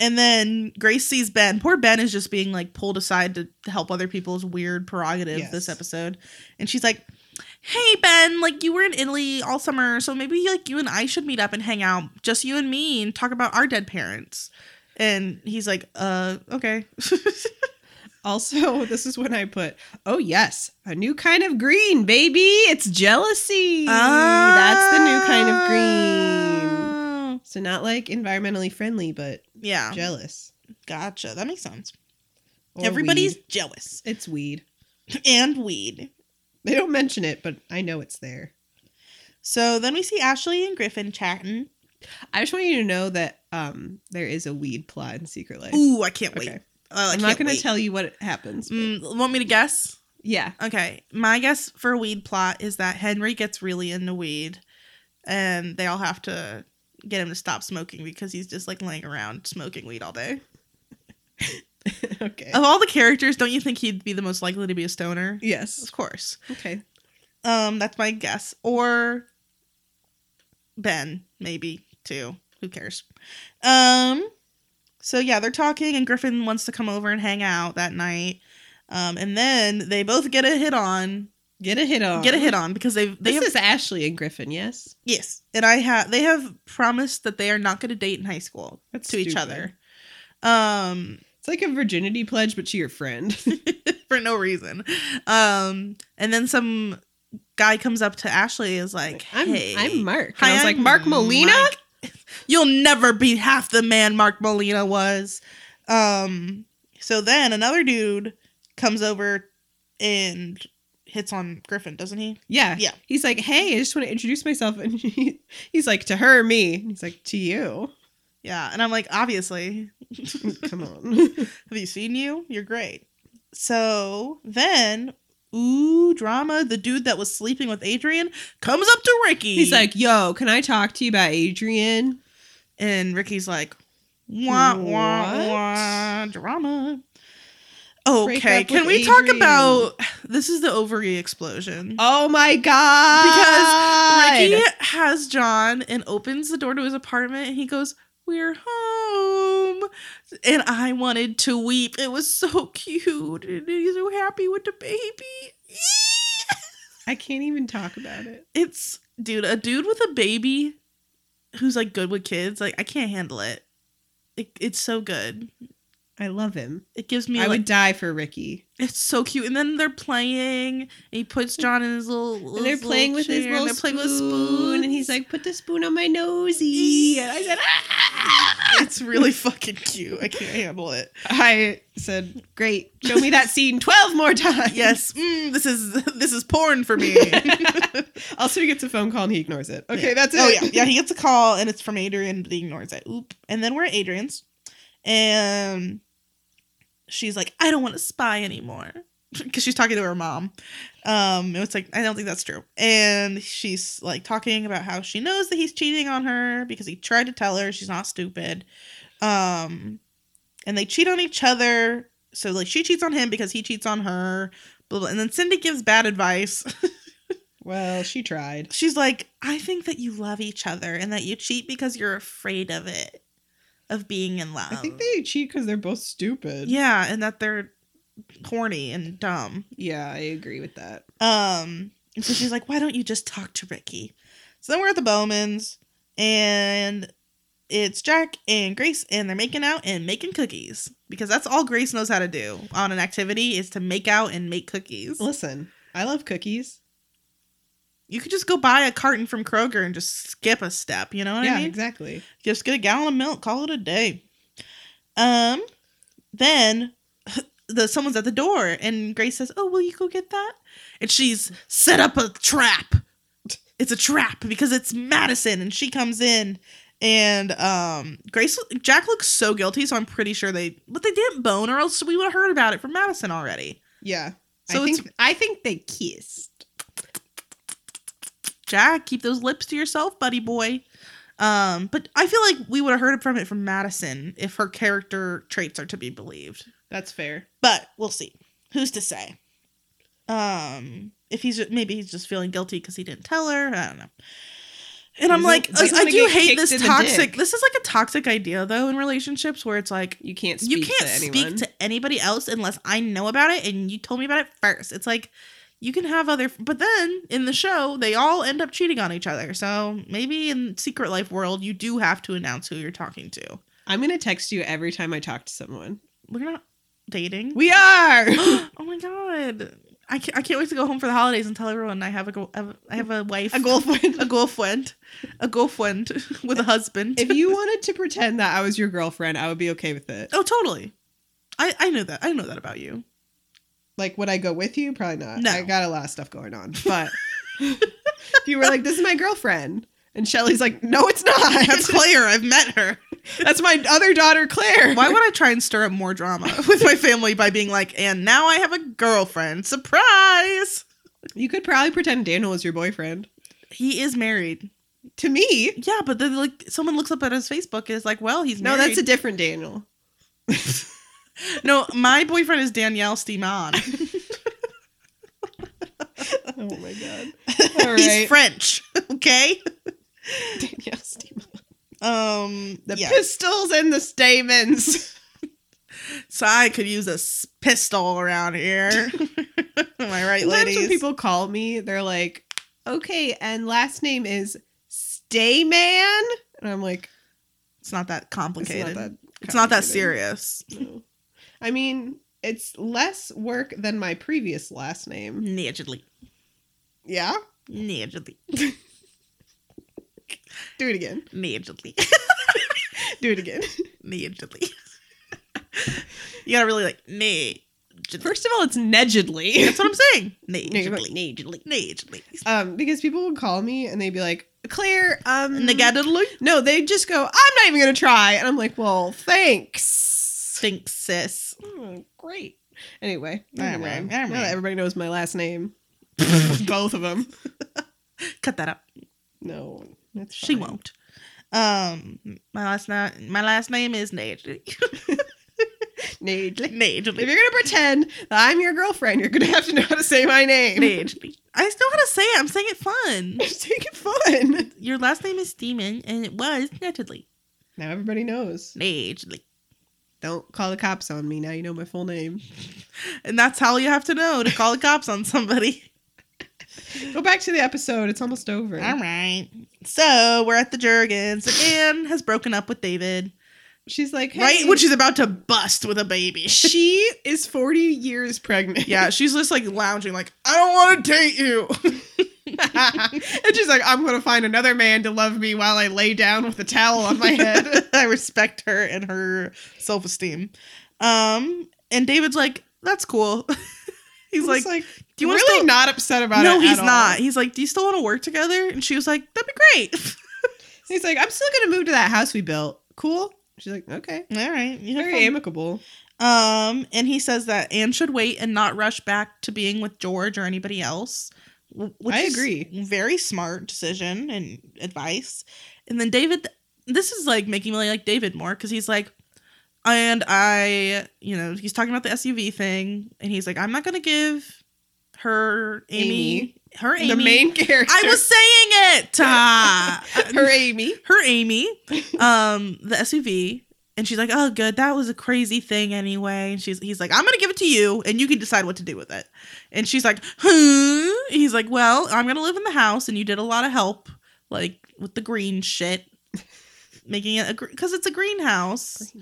and then grace sees ben poor ben is just being like pulled aside to help other people's weird prerogative
Yes.
this episode and she's like hey ben like you were in italy all summer so maybe like you and i should meet up and hang out just you and me and talk about our dead parents and he's like uh okay
Also, this is when I put, oh yes, a new kind of green, baby. It's jealousy. That's the new kind of green.
Oh.
So not like environmentally friendly, but
Yeah.
jealous.
Gotcha. That makes sense.
Or
Everybody's
weed.
jealous.
it's weed.
And weed.
They don't mention it, but I know it's there.
So then we see Ashley and Griffin chatting.
I just want you to know that um there is a weed plot in Secret Life.
Ooh, I can't wait.
okay.
Oh, I
I'm
can't
not gonna
wait.
tell you what happens. but-
Mm, want me to guess?
yeah.
Okay. My guess for weed plot is that Henry gets really into weed and they all have to get him to stop smoking because he's just like laying around smoking weed all day.
okay. Oh,
Of all the characters, don't you think he'd be the most likely to be a stoner?
Yes.
Of course.
Okay.
Um, that's my guess. Or Ben, maybe too. Who cares? Um, so yeah, they're talking, and Griffin wants to come over and hang out that night. Um, and then they both get a hit on,
Get a hit on.
get a hit on because they've they
This
have,
is Ashley and Griffin, yes?
yes, and I have they have promised that they are not going to date in high school
That's
to each
stupid.
other. Um,
It's like a virginity pledge, but to your friend.
for no reason. Um, and then some guy comes up to Ashley is like,
I'm,
"Hey,
I'm Mark.
Hi,
and I was
I'm
like, Mark Molina?
Mike. You'll never be half the man Mark Molina was." Um, so then another dude comes over and hits on Griffin, doesn't he?
Yeah.
Yeah.
He's like, hey, I just want to introduce myself. And he, he's like, to her, me. And he's like, to you.
Yeah, and I'm like, obviously,
Come on.
Have you seen you? You're great. So then, ooh, drama. The dude that was sleeping with Adrian comes up to Ricky.
he's like, yo, can I talk to you about Adrian?
and Ricky's like, wah, wah,
What?
wah, drama.
Break up
Okay,
with
can we talk
Adrian.
about this? Is the ovary explosion?
Oh my Oh, God.
Ricky has John and opens the door to his apartment and he goes, We're home. And I wanted to weep. It was so cute. And he's so happy with the baby.
I can't even talk about it.
It's, dude, a dude with a baby who's like good with kids. Like, I can't handle it. it it's so good.
I love him.
It gives me,
I
like,
would die for Ricky.
it's so cute. And then they're playing and he puts John in his little,
And they're
his little
playing with his
chair, and
little
they're
spoon,
playing with spoons.
and he's like, "Put the spoon on my nosey." And I said, "Ah!"
it's really fucking cute. I can't handle it.
"I said, great. Show me that scene twelve more times."
yes mm, this is this is porn for me
also, he gets a phone call and he ignores it. Okay,
Yeah.
that's it.
oh yeah yeah he gets a call and it's from adrian but he ignores it oop and then we're at adrian's and she's like i don't want to spy anymore because she's talking to her mom um it was like i don't think that's true and she's like talking about how she knows that he's cheating on her because he tried to tell her she's not stupid um and they cheat on each other so like she cheats on him because he cheats on her blah, blah. and then cindy gives bad advice
Well, she tried.
she's like, I think that you love each other and that you cheat because you're afraid of it, of being in love.
I think they cheat because they're both stupid.
Um, yeah, and that they're horny and dumb.
yeah, I agree with that.
Um, and so she's like, why don't you just talk to Ricky? So then we're at the Bowmans, and it's Jack and Grace, and they're making out and making cookies because that's all Grace knows how to do on an activity is to make out and make cookies.
Listen, I love cookies.
You could just go buy a carton from Kroger and just skip a step. You know what
yeah,
I mean?
exactly.
just get a gallon of milk call it a day um then the someone's at the door and grace says oh will you go get that and she's set up a trap it's a trap because it's madison and she comes in and um grace jack looks so guilty so i'm pretty sure they but they didn't bone or else we would have heard about it from madison already
Yeah.
So
I
it's-
think I think they kissed.
jack keep those lips to yourself buddy boy um but i feel like we would have heard from it from madison if her character traits are to be believed
That's fair.
but we'll see. Who's to say? Um, if he's maybe he's just feeling guilty because he didn't tell her. I don't know. And I'm
Doesn't-
like, I,
doesn't
I
it
do
get
hate
kicked
this
in the
toxic.
dick?
This is like a toxic idea though in relationships where it's like
You can't speak
you can't
to anyone.
speak to anybody else unless I know about it and you told me about it first. It's like you can have other, but then in the show they all end up cheating on each other. So maybe in secret life world you do have to announce who you're talking to.
I'm gonna text you every time I talk to someone.
We're not dating.
We are.
oh my god! I can't, I can't wait to go home for the holidays and tell everyone I have a go- I have a wife,
a girlfriend.
a girlfriend, a girlfriend with a husband.
if you wanted to pretend that I was your girlfriend, I would be okay with it.
oh, totally. I I know that I know that about you.
Like, would I go with you? Probably not.
No.
I got a lot of stuff going on. But if you were like, "This is my girlfriend," and Shelly's like, "No, it's not.
That's Claire. I've met her.
That's my other daughter, Claire."
Why would I try and stir up more drama with my family by being like, and now I have a girlfriend? Surprise!
you could probably pretend Daniel was your boyfriend
He is married.
to me.
Yeah, but then like someone looks up at his Facebook and is like, well, he's
No,
married.
that's a different Daniel.
no. My boyfriend is Danielle Steeman.
Oh my god. All
He's
right.
French, okay?
Danielle Steeman.
Um,
The
yeah.
pistols and the stamens.
so I could use a s- pistol around here. Am I right,
Sometimes
ladies?
when people call me, they're like, okay, and last name is Stayman? And I'm like,
it's not that
it's
complicated.
not that, complicated.
serious.
No. I mean, it's less work than my previous last name.
Allegedly,
Yeah?
allegedly,
Do it again.
allegedly,
Do it again.
allegedly. you gotta really like nay.
First of all, it's negedly.
That's what I'm saying.
you're right,
Allegedly, allegedly, allegedly.
Um, because people would call me and they'd be like, Claire, um
Negatively
No, they just go, I'm not even gonna try. And I'm like, well, thanks.
stinks, sis.
Oh, great. Anyway,
Alright,
anyway,
alright.
now that everybody knows my last name. Both of them.
Cut that up.
No, that's
She
fine.
won't. Um, my last name. My last name is allegedly.
Needly. If
Allegedly.
you're gonna pretend that I'm your girlfriend, you're gonna have to know how to say my name.
Allegedly. I still gotta say it. I'm saying it fun.
Just Take it fun.
Your last name is Demon, and it was allegedly.
Now everybody knows.
Allegedly.
Don't call the cops on me. Now you know my full name.
And that's how you have to know to call the cops on somebody.
Go back to the episode. It's almost over.
All right. So we're at the Jurgens. Anne has broken up with David,
She's like, hey,
right? When she's about to bust with a baby.
she is 40 years pregnant.
yeah, she's just like lounging, like, I don't want to date you.
and she's like, I'm going to find another man to love me while I lay down with a towel on my head.
I respect her and her self esteem. Um, and David's like, that's cool. he's like, do you want
really
to still-
not upset about it.
no, he's
at all.
not. He's like, do you still want to work together? And she was like, that'd be great.
He's like, I'm still going to move to that house we built. Cool. She's like, okay.
All right. You have
Very
fun.
amicable.
Um, and he says that Anne should wait and not rush back to being with George or anybody else. wh- Which
I
is
agree.
Very smart decision and advice. And then David, this is like making me like David more because he's like, and I, you know, he's talking about the SUV thing, and he's like, I'm not gonna give her Amy,
Amy.
her Amy.
The main character.
I was saying it. Ah.
her Amy.
her Amy, um, the SUV, and she's like, "Oh, good, that was a crazy thing anyway." And she's he's like, "I'm gonna give it to you, and you can decide what to do with it." And she's like, "Huh?" He's like, "Well, I'm gonna live in the house, and you did a lot of help, like with the green shit, making it a because it's a greenhouse.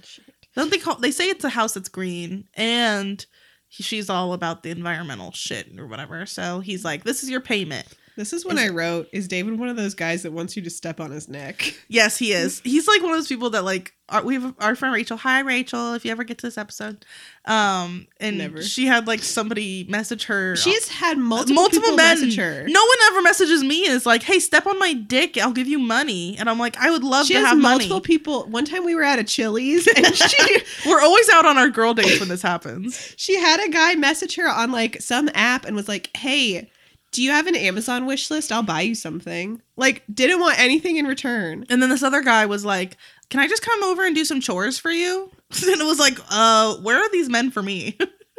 Don't they call? They say it's a house that's green, and." he- She's all about the environmental shit or whatever. So he's like, This is your payment.
This is when
Is-
I wrote, is David one of those guys that wants you to step on his neck?
Yes, he is. He's like one of those people that like our, we have our friend Rachel. Hi, Rachel. If you ever get to this episode, um, and
Never.
she had like somebody message her.
She's had multiple,
Multiple
people
men.
message her.
no one ever messages me and is like, "Hey, step on my dick. I'll give you money." And I'm like, I would love
she
to
has
have
multiple
money.
people. One time we were at a Chili's and she
We're always out on our girl dates when this happens.
she had a guy message her on like some app and was like, "Hey, do you have an Amazon wish list? I'll buy you something." Like, didn't want anything in return.
And then this other guy was like, "Can I just come over and do some chores for you?" and it was like, "Uh, where are these men for me?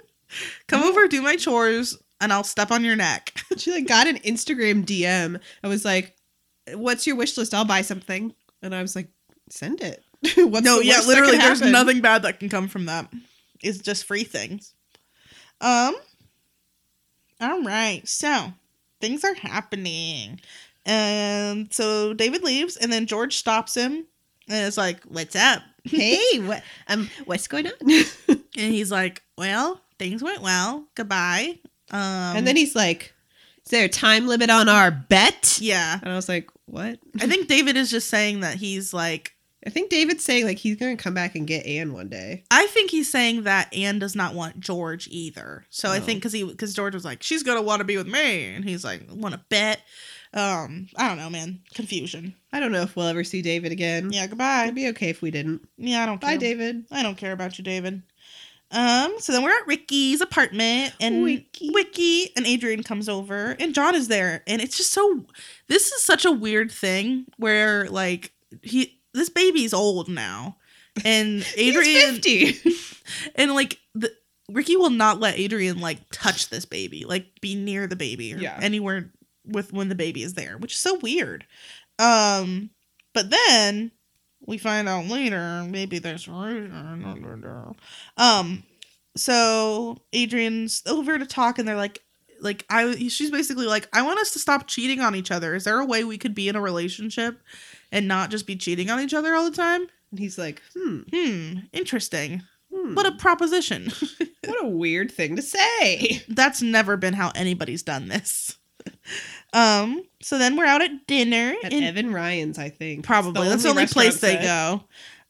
come over, do my chores, and I'll step on your neck."
She like got an Instagram DM. I was like, "What's your wish list? I'll buy something." And I was like, "Send it." What's
no,
the
yeah,
worst that
literally,
could
there's
happen?
nothing bad that can come from that. It's just free things. Um. All right, so things are happening, and so David leaves, and then George stops him, and it's like, "What's up?"
Hey, what um what's going on?
And he's like, "Well, things went well. Goodbye." Um,
and then he's like, "Is there a time limit on our bet?"
yeah,
And I was like, "What?"
I think David is just saying that he's like,
I think David's saying like he's going to come back and get Anne one day.
I think he's saying that Anne does not want George either. So I
Oh.
think because he because George was like, she's gonna want to be with me, and he's like, want to bet. Um, I don't know, man. Confusion.
I don't know if we'll ever see David again.
Yeah, goodbye.
It'd be okay if we didn't.
Yeah, I don't.
Bye,
care.
David.
I don't care about you, David. Um, so then we're at Ricky's apartment, and
Wiki.
Wiki and Adrian comes over, and John is there, and it's just so. This is such a weird thing where like he this baby's old now, and Adrian
He's 50.
and like the, Ricky will not let Adrian like touch this baby, like be near the baby or
Yeah.
anywhere with when the baby is there, which is so weird. Um, but then we find out later maybe there's a reason. um. So Adrian's over to talk, and they're like, like I she's basically like, I want us to stop cheating on each other. Is there a way we could be in a relationship and not just be cheating on each other all the time?
And he's like, hmm,
Hmm, interesting.
hmm,
What a proposition.
what a weird thing to say.
That's never been how anybody's done this. um, so then we're out at dinner
At
in-
Evan Ryan's, I think. It's
probably that's the only place
restaurant set.
they go.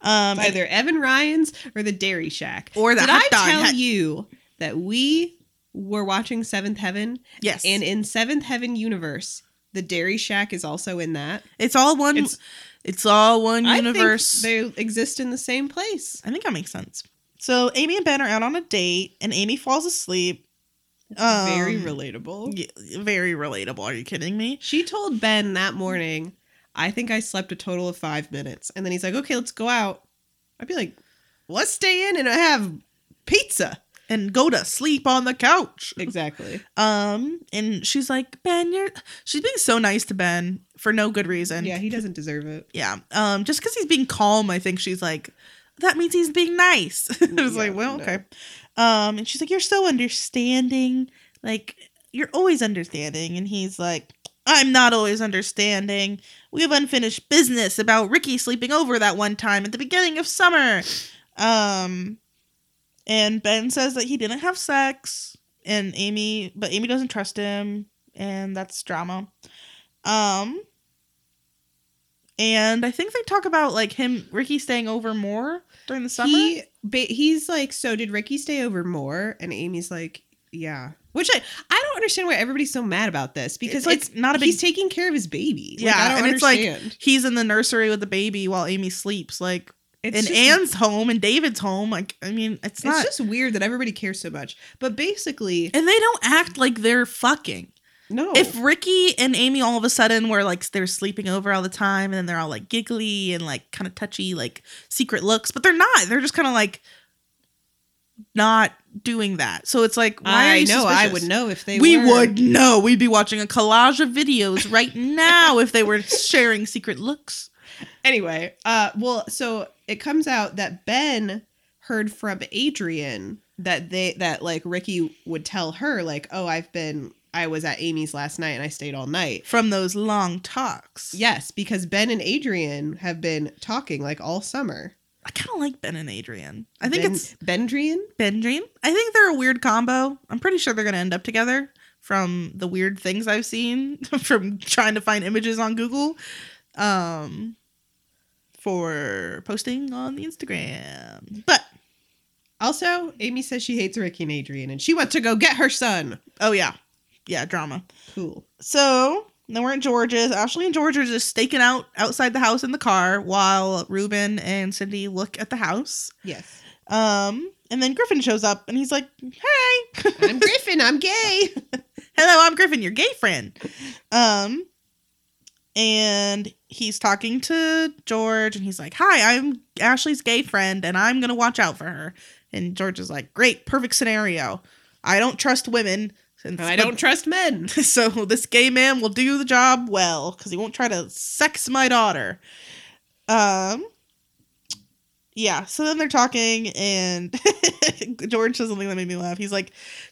Um, and-
Either Evan Ryan's or the Dairy Shack.
Or the
Did
hot
I
dog
tell
hut.
you that we were watching Seventh Heaven,
yes,
and
and
in Seventh Heaven universe, the Dairy Shack is also in that
it's all one. It's,
It's-
all one
I think
universe.
they exist in the same place.
I think that makes sense. So Amy and Ben are out on a date, and Amy falls asleep.
Very
Um,
relatable.
y- very relatable. Are you kidding me?
She told Ben that morning, I think I slept a total of five minutes. And then he's like, okay, let's go out. I'd be like, let's stay in and have pizza.
And go to sleep on the couch.
Exactly.
Um, and she's like, Ben, you're. She's being so nice to Ben for no good reason.
yeah, he doesn't deserve it.
yeah um just because he's being calm i think she's like that means he's being nice it was
Yeah,
like well
no.
okay um and she's like you're so understanding like you're always understanding and he's like i'm not always understanding we have unfinished business about ricky sleeping over that one time at the beginning of summer um and ben says that he didn't have sex and amy but amy doesn't trust him and that's drama um and i think they talk about like him ricky staying over more during the summer
He, ba- he's like, so did Ricky stay over more? And Amy's like, yeah. Which I, I don't understand why everybody's so mad about this because
It's, like,
it's,
not a big-
he's taking care of his baby. Like,
Yeah,
I don't
and it's like-
understand. It's
he's in the nursery with the baby while amy sleeps like and
just-
anne's home and david's home like i mean it's,
it's
not
just weird that everybody cares so much. But basically,
and they don't act like they're fucking
no.
if Ricky and Amy all of a sudden were like they're sleeping over all the time and then they're all like giggly and like kind of touchy, like secret looks, but they're not. They're just kind of like not doing that. So it's like why are
I
you
know, I
suspicious?
would know if they
we
were.
would know. We'd be watching a collage of videos right now if they were sharing secret looks.
Anyway, uh, well, so it comes out that Ben heard from Adrian that they that like Ricky would tell her like, "Oh, I've been I was at Amy's last night and I stayed all night."
From those long talks.
Yes, because Ben and Adrian have been talking like all summer.
I kinda like Ben and Adrian. I think
ben,
it's
Bendrian.
Bendrine. I think they're a weird combo. I'm pretty sure they're going to end up together from the weird things I've seen from trying to find images on Google um, for posting on the Instagram. But
Also, Amy says she hates Ricky and Adrian and she wants to go get her son.
oh, yeah. Yeah, drama.
Cool.
So then we're at George's. Ashley and George are just staking out outside the house in the car while Ruben and Cindy look at the house.
Yes.
Um, and then Griffin shows up and he's like, hey.
I'm Griffin. I'm gay.
hello i'm griffin your gay friend um and he's talking to george and he's like hi i'm ashley's gay friend and i'm gonna watch out for her and george is like great perfect scenario i don't trust women and
And I don't trust men.
so this gay man will do the job well because he won't try to sex my daughter um yeah so then they're talking and george says something that made me laugh he's like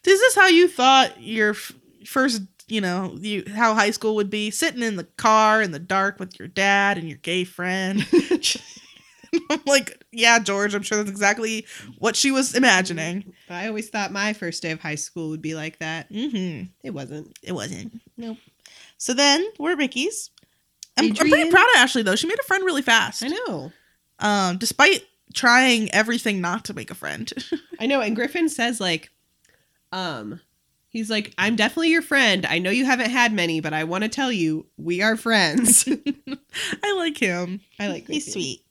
is this how you thought your f- first you know you how high school would be sitting in the car in the dark with your dad and your gay friend i'm like yeah george i'm sure that's exactly what she was imagining
I always thought my first day of high school would be like that.
mm-hmm
It wasn't.
It wasn't.
Nope.
So then we're at Ricky's. I'm, I'm pretty
Adrian?
proud of Ashley though. She made a friend really fast.
I know.
Um, despite trying everything not to make a friend.
I know. And Griffin says like, um, he's like, I'm definitely your friend. I know you haven't had many, but I want to tell you, we are friends.
I like him.
I like
He's
Griffin.
sweet.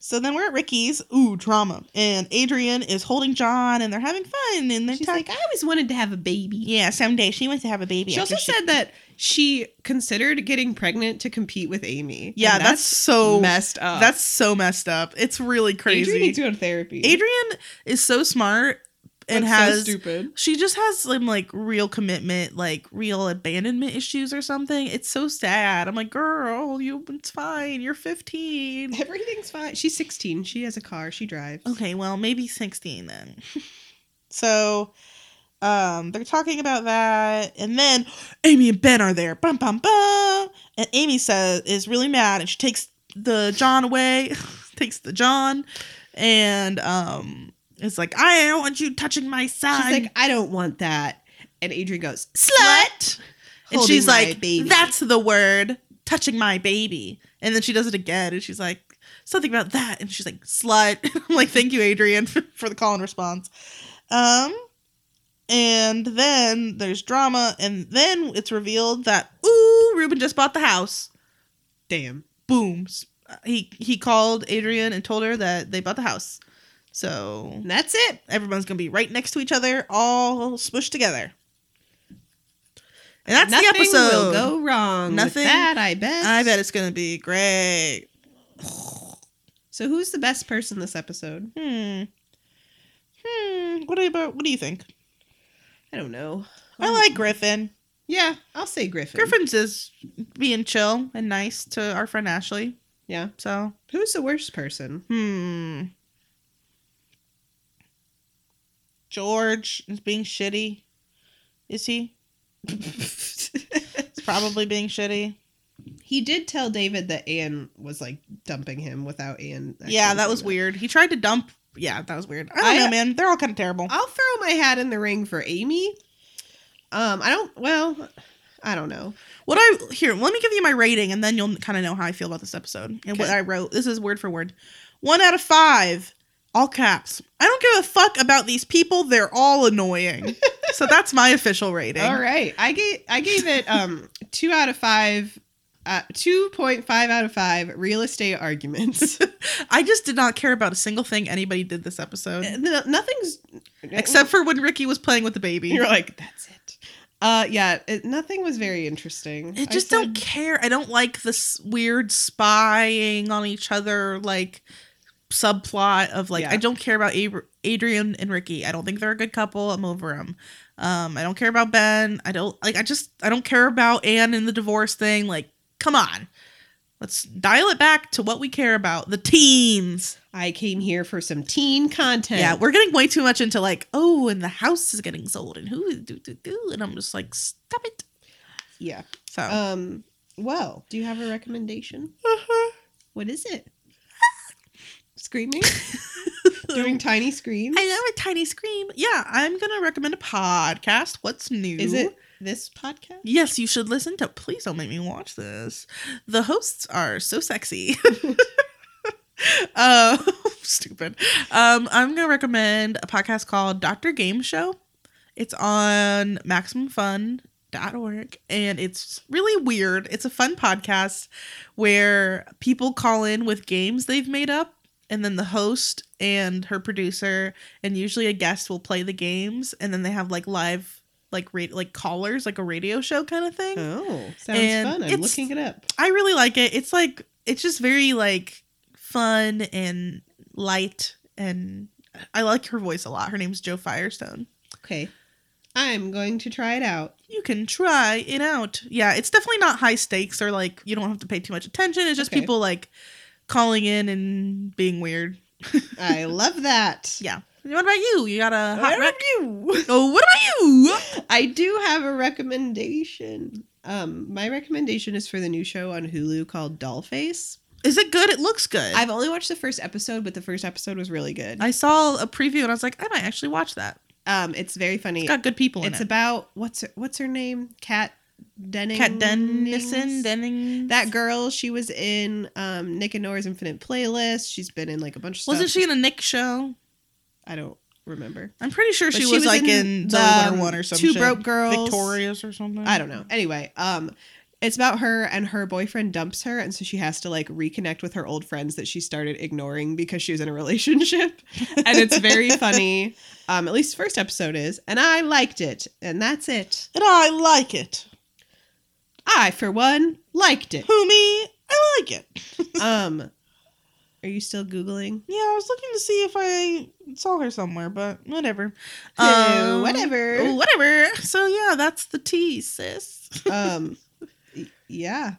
So then we're at Ricky's. Ooh, drama. And Adrian is holding John, and they're having fun, and they're
She's
talking.
like, I always wanted to have a baby.
yeah, someday she wants to have a baby.
She also
after
said that she considered getting pregnant to compete with Amy.
"Yeah,
And
that's, so
messed up.
that's so messed up. It's really crazy."
Adrian needs to go to therapy.
Adrian is so smart, and
That's so
has
stupid.
she just has some like real commitment, like real abandonment issues or something. It's so sad. I'm like, girl, you it's fine. You're 15.
Everything's fine. She's 16. She has a car. She drives.
Okay, well, maybe 16 then. so, um, they're talking about that, and then Amy and Ben are there. Bum bum bum. And Amy says is really mad, and she takes the John away, takes the John, and um, it's like I don't want you touching my son.
She's like, I don't want that. And Adrian goes,
slut. And
Holding
she's
my
like,
baby.
that's the word, touching my baby. And then she does it again, and she's like, something about that. And she's like, slut. I'm like, thank you, Adrian, for, for the call and response. Um, and then there's drama, and then it's revealed that ooh, Ruben just bought the house.
Damn.
Boom. S- uh, He he called Adrian and told her that they bought the house. So
And that's it.
everyone's gonna be right next to each other, all smushed together. And that's
Nothing
the episode.
will go wrong. Nothing.
Nothing-
that, I bet.
I bet it's gonna be great.
So who's the best person this episode?
Hmm. Hmm. What do you about? What do you think?
I don't know.
I
Um,
like Griffin.
Yeah, I'll say Griffin.
Griffin's is being chill and nice to our friend Ashley.
Yeah.
So,
Who's the worst person?
hmm. George is being shitty. Is he? He's probably being shitty.
he did tell David that Anne was like dumping him without Anne. actually
yeah, that
knowing
was weird. He tried to dump. Yeah, that was weird. I don't
I-
know, man. They're all kind of terrible.
I'll throw my hat in the ring for Amy. Um, I don't. Well, I don't know.
What I here, let me give you my rating, and then you'll kind of know how I feel about this episode and what
Okay.
I wrote. This is word for word. One out of five, all caps. I don't give a fuck about these people. They're all annoying. so that's my official rating.
All right, I gave I gave it um two out of five, uh, two point five out of five real estate arguments.
I just did not care about a single thing anybody did this episode,
No- Nothing's
except for when Ricky was playing with the baby.
you're like that's it. Uh, yeah, it, nothing was very interesting.
I just
said-
don't care. I don't like this weird spying on each other, like subplot of like
Yeah.
I don't care about Ab- Adrian and Ricky. I don't think they're a good couple. I'm over them. Um, I don't care about Ben. I don't like. I just I don't care about Anne and the divorce thing. Like, come on, let's dial it back to what we care about: the teens.
I came here for some teen content.
Yeah, we're getting way too much into like, oh, and the house is getting sold, and who do do do, and I'm just like, stop it.
yeah.
So
Um. Well, do you have a recommendation? What is it? Screaming, doing tiny screams.
I love a tiny scream. Yeah, I'm gonna recommend a podcast. What's new?
Is it this podcast?
Yes, you should listen to. Please don't make me watch this. The hosts are so sexy. uh, stupid. Um, I'm gonna recommend a podcast called Doctor Game Show. It's on MaximumFun.org, and it's really weird. It's a fun podcast where people call in with games they've made up, and then the host and her producer and usually a guest will play the games, and then they have like live like ra- like callers, like a radio show kind of thing.
Oh, sounds
And
fun. I'm
it's-
looking it up.
I really like it. It's like it's just very like fun and light, and I like her voice a lot. Her name's Joe Firestone.
Okay, I'm going to try it out.
you can try it out. Yeah, it's definitely not high stakes or like you don't have to pay too much attention. It's just
Okay.
people like calling in and being weird.
I love that.
Yeah. What about you? You got a hot rec?
you?
Oh, what about you?
I do have a recommendation. Um, my recommendation is for the new show on Hulu called Dollface.
Is it good? It looks good. i
I've only watched the first episode, but the first episode was really good.
I saw a preview and I was like, I might actually watch that.
Um, it's very funny.
It's got good people in
It's
it.
about what's her, what's her name? Kat Denning.
Kat Dennison, Denning.
That girl, she was in um, Nick and Nora's Infinite Playlist. She's been in like a bunch of
wasn't
stuff.
she in a Nick show?
I don't remember.
I'm pretty sure
But
she, was, like in, Zoe
the,
101 or
um,
some
Two
shit.
Broke Girls.
Victorious or something.
I don't know. Anyway, um, it's about her and her boyfriend dumps her, and so she has to like reconnect with her old friends that she started ignoring because she was in a relationship. And it's very funny. Um, at least first episode is, and I liked it, and that's it.
And I like it.
I, for one, liked it.
Who me? I like it.
Um, Are you still Googling?
Yeah, I was looking to see if I saw her somewhere, but whatever.
Uh,
Um,
whatever.
Whatever. So yeah, that's the tea, sis.
um, y- yeah.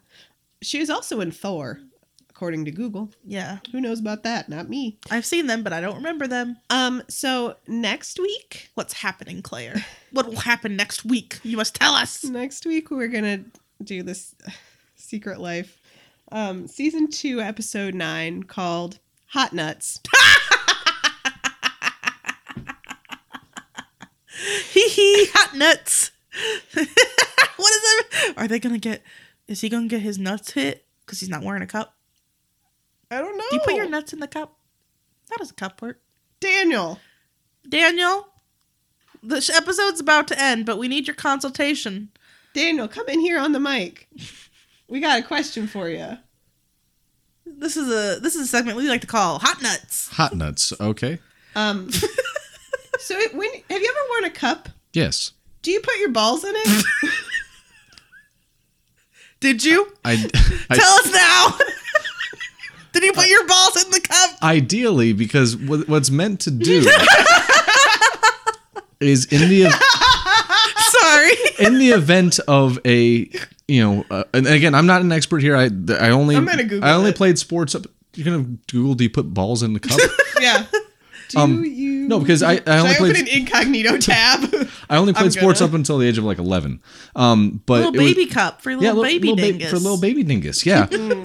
She was also in Thor, according to Google.
Yeah.
Who knows about that? Not me.
I've seen them, but I don't remember them.
Um, so next week,
What's happening, Claire? What will happen next week? You must tell us.
next week we're gonna do this Secret Life, um, season two, episode nine, called Hot Nuts.
Hee hee, hot nuts. what is that? Are they gonna get? Is he gonna get his nuts hit? Because he's not wearing a cup.
I don't know.
Do you put your nuts in the cup? How does a cup work?
Daniel.
Daniel, the sh- episode's about to end, but we need your consultation.
Daniel, come in here on the mic. We got a question for you.
This is a this is a segment we like to call hot nuts.
Hot nuts. Okay.
Um, so it, when have you ever worn a cup?
Yes.
Do you put your balls in it?
Did you
I, I-
tell us now? Did you put your balls in the cup?
ideally because what, what's meant to do is in the
Sorry.
in the event of a you know uh, and again I'm not an expert here I I only
I'm gonna Google
I only
it.
played sports up you're gonna Google do you put balls in the cup
yeah. Do
Um,
you?
no, because I- I
Should
only
open
played-
an incognito tab.
I only played
I'm
sports
gonna.
up until the age of like 11 um but
little
it was-
baby cup for little
yeah li-
baby
little ba-
dingus. Mm.
for little baby dingus yeah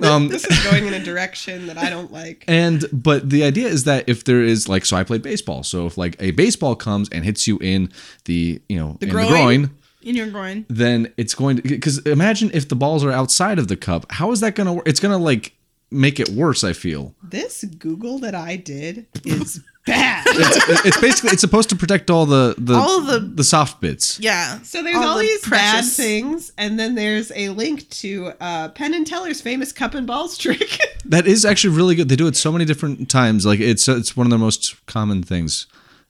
um
this is going in a direction that I don't like.
And but the idea is that if there is like so I played baseball. So if like a baseball comes and hits you in the you know in the
groin?
groin,
in your groin.
then it's going to because imagine if the balls are outside of the cup, how is that gonna work? It's gonna like make it worse. I feel
This Google that I did is bad.
it's, it's basically it's supposed to protect all the the
All the-
the soft bits.
Yeah.
So there's all,
All the
these bad
precious-
things, and then there's a link to uh, Penn and Teller's famous cup and balls trick.
That is actually really good. They do it so many different times. Like it's it's one of the most common things.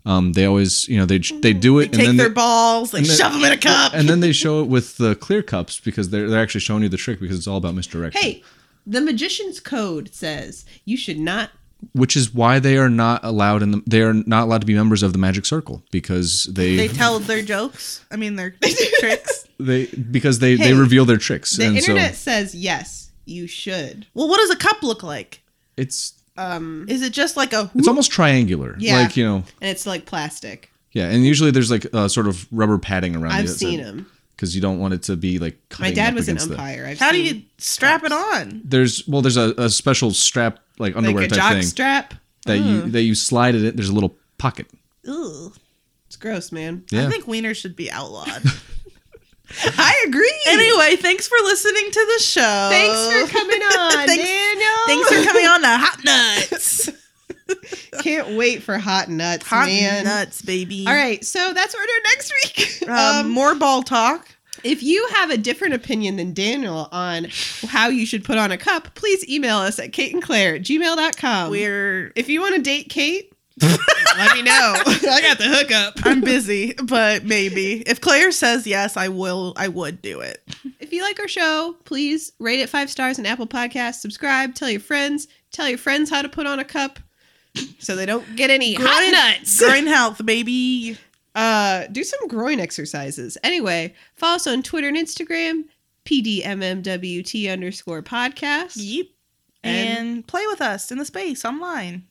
Um, they always you know they they do it
Take
and then
their
they-
balls, they
then-
shove them in a cup.
and then they show it with the clear cups because they're they're actually showing you the trick because it's all about misdirection.
hey, the magician's code says you should not.
Which is why they are not allowed in the they are not allowed to be members of the magic circle because they
they
they,
tell their jokes. I mean their tricks.
because they
Hey,
they reveal their tricks
The
and
internet
so
says yes, you should.
Well, what does a cup look like?
it's
Um,
Is it just like a
it's
whoop?
almost triangular
Yeah.
like you know
and it's like plastic.
yeah and usually there's like uh, sort of rubber padding around
I've seen them.
because you don't want it to be like
My
cutting
dad
up
was an
against the-
umpire. I've
how do
seen,
you strap it on?
there's well there's a, a special strap like underwear
like a
type
jock uh-huh.
thing
strap?
that you
Ugh.
that you slide it in there's a little pocket
Ugh.
It's gross, man.
yeah
I think wieners should be outlawed.
I agree.
anyway, thanks for listening to the show.
thanks for coming on,
Oh. Thanks-
Daniel.
Thanks for coming on to Hot Nuts.
Can't wait for hot nuts,
Hot
man.
Nuts, baby.
All right, so that's what we're doing next week.
Um, more ball talk.
If you have a different opinion than Daniel on how you should put on a cup, please email us at kateandclaire at gmail.com.
We're
If you want to date Kate, let me know. I got the hookup.
I'm busy, but maybe if Claire says yes, I will. I would do it.
If you like our show, please rate it five stars on Apple Podcasts, subscribe, tell your friends, tell your friends how to put on a cup so they don't get any hot
Groin-
nuts.
Groin health, baby.
Uh, do some groin exercises. Anyway, follow us on Twitter and Instagram, PDMMWT underscore podcast.
Yep.
And-
And, play with us in the space online.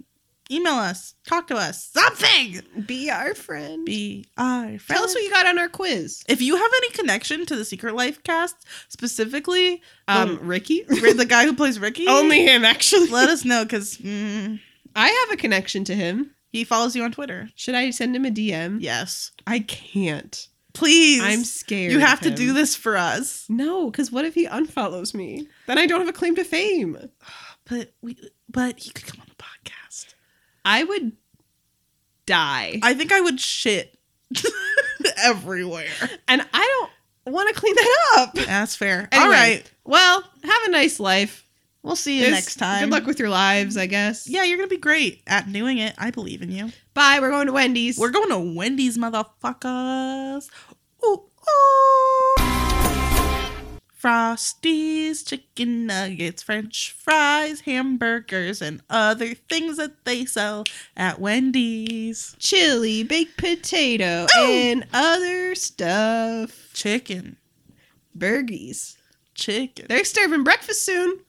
Email us. Talk to us. Something.
Be our friend.
Be our friend.
Tell us what you got on our quiz.
if you have any connection to the Secret Life cast, specifically
Um, Ricky?
Ri- the guy who plays Ricky,
him, actually.
let us know because mm,
I have a connection to him.
he follows you on Twitter.
Should I send him a DM?
Yes.
I can't.
Please.
I'm scared.
You
of
have to
him.
do this for us.
No, because what if he unfollows me? Then I don't have a claim to fame.
But we. But he could come on the podcast.
I would die.
I think I would shit everywhere.
and I don't want to clean that up.
That's fair. All
Anyway,
right.
Well, have a nice life.
We'll see you
There's-
next time.
Good luck with your lives, I guess.
Yeah, you're gonna be great at doing it. I believe in you.
Bye. We're going to Wendy's.
We're going to Wendy's, motherfuckers. Ooh, ooh. Frosties, chicken nuggets, french fries, hamburgers, and other things that they sell at Wendy's.
Chili, baked potato,
Oh!
and other stuff.
Chicken.
Burgies.
Chicken.
They're serving breakfast soon.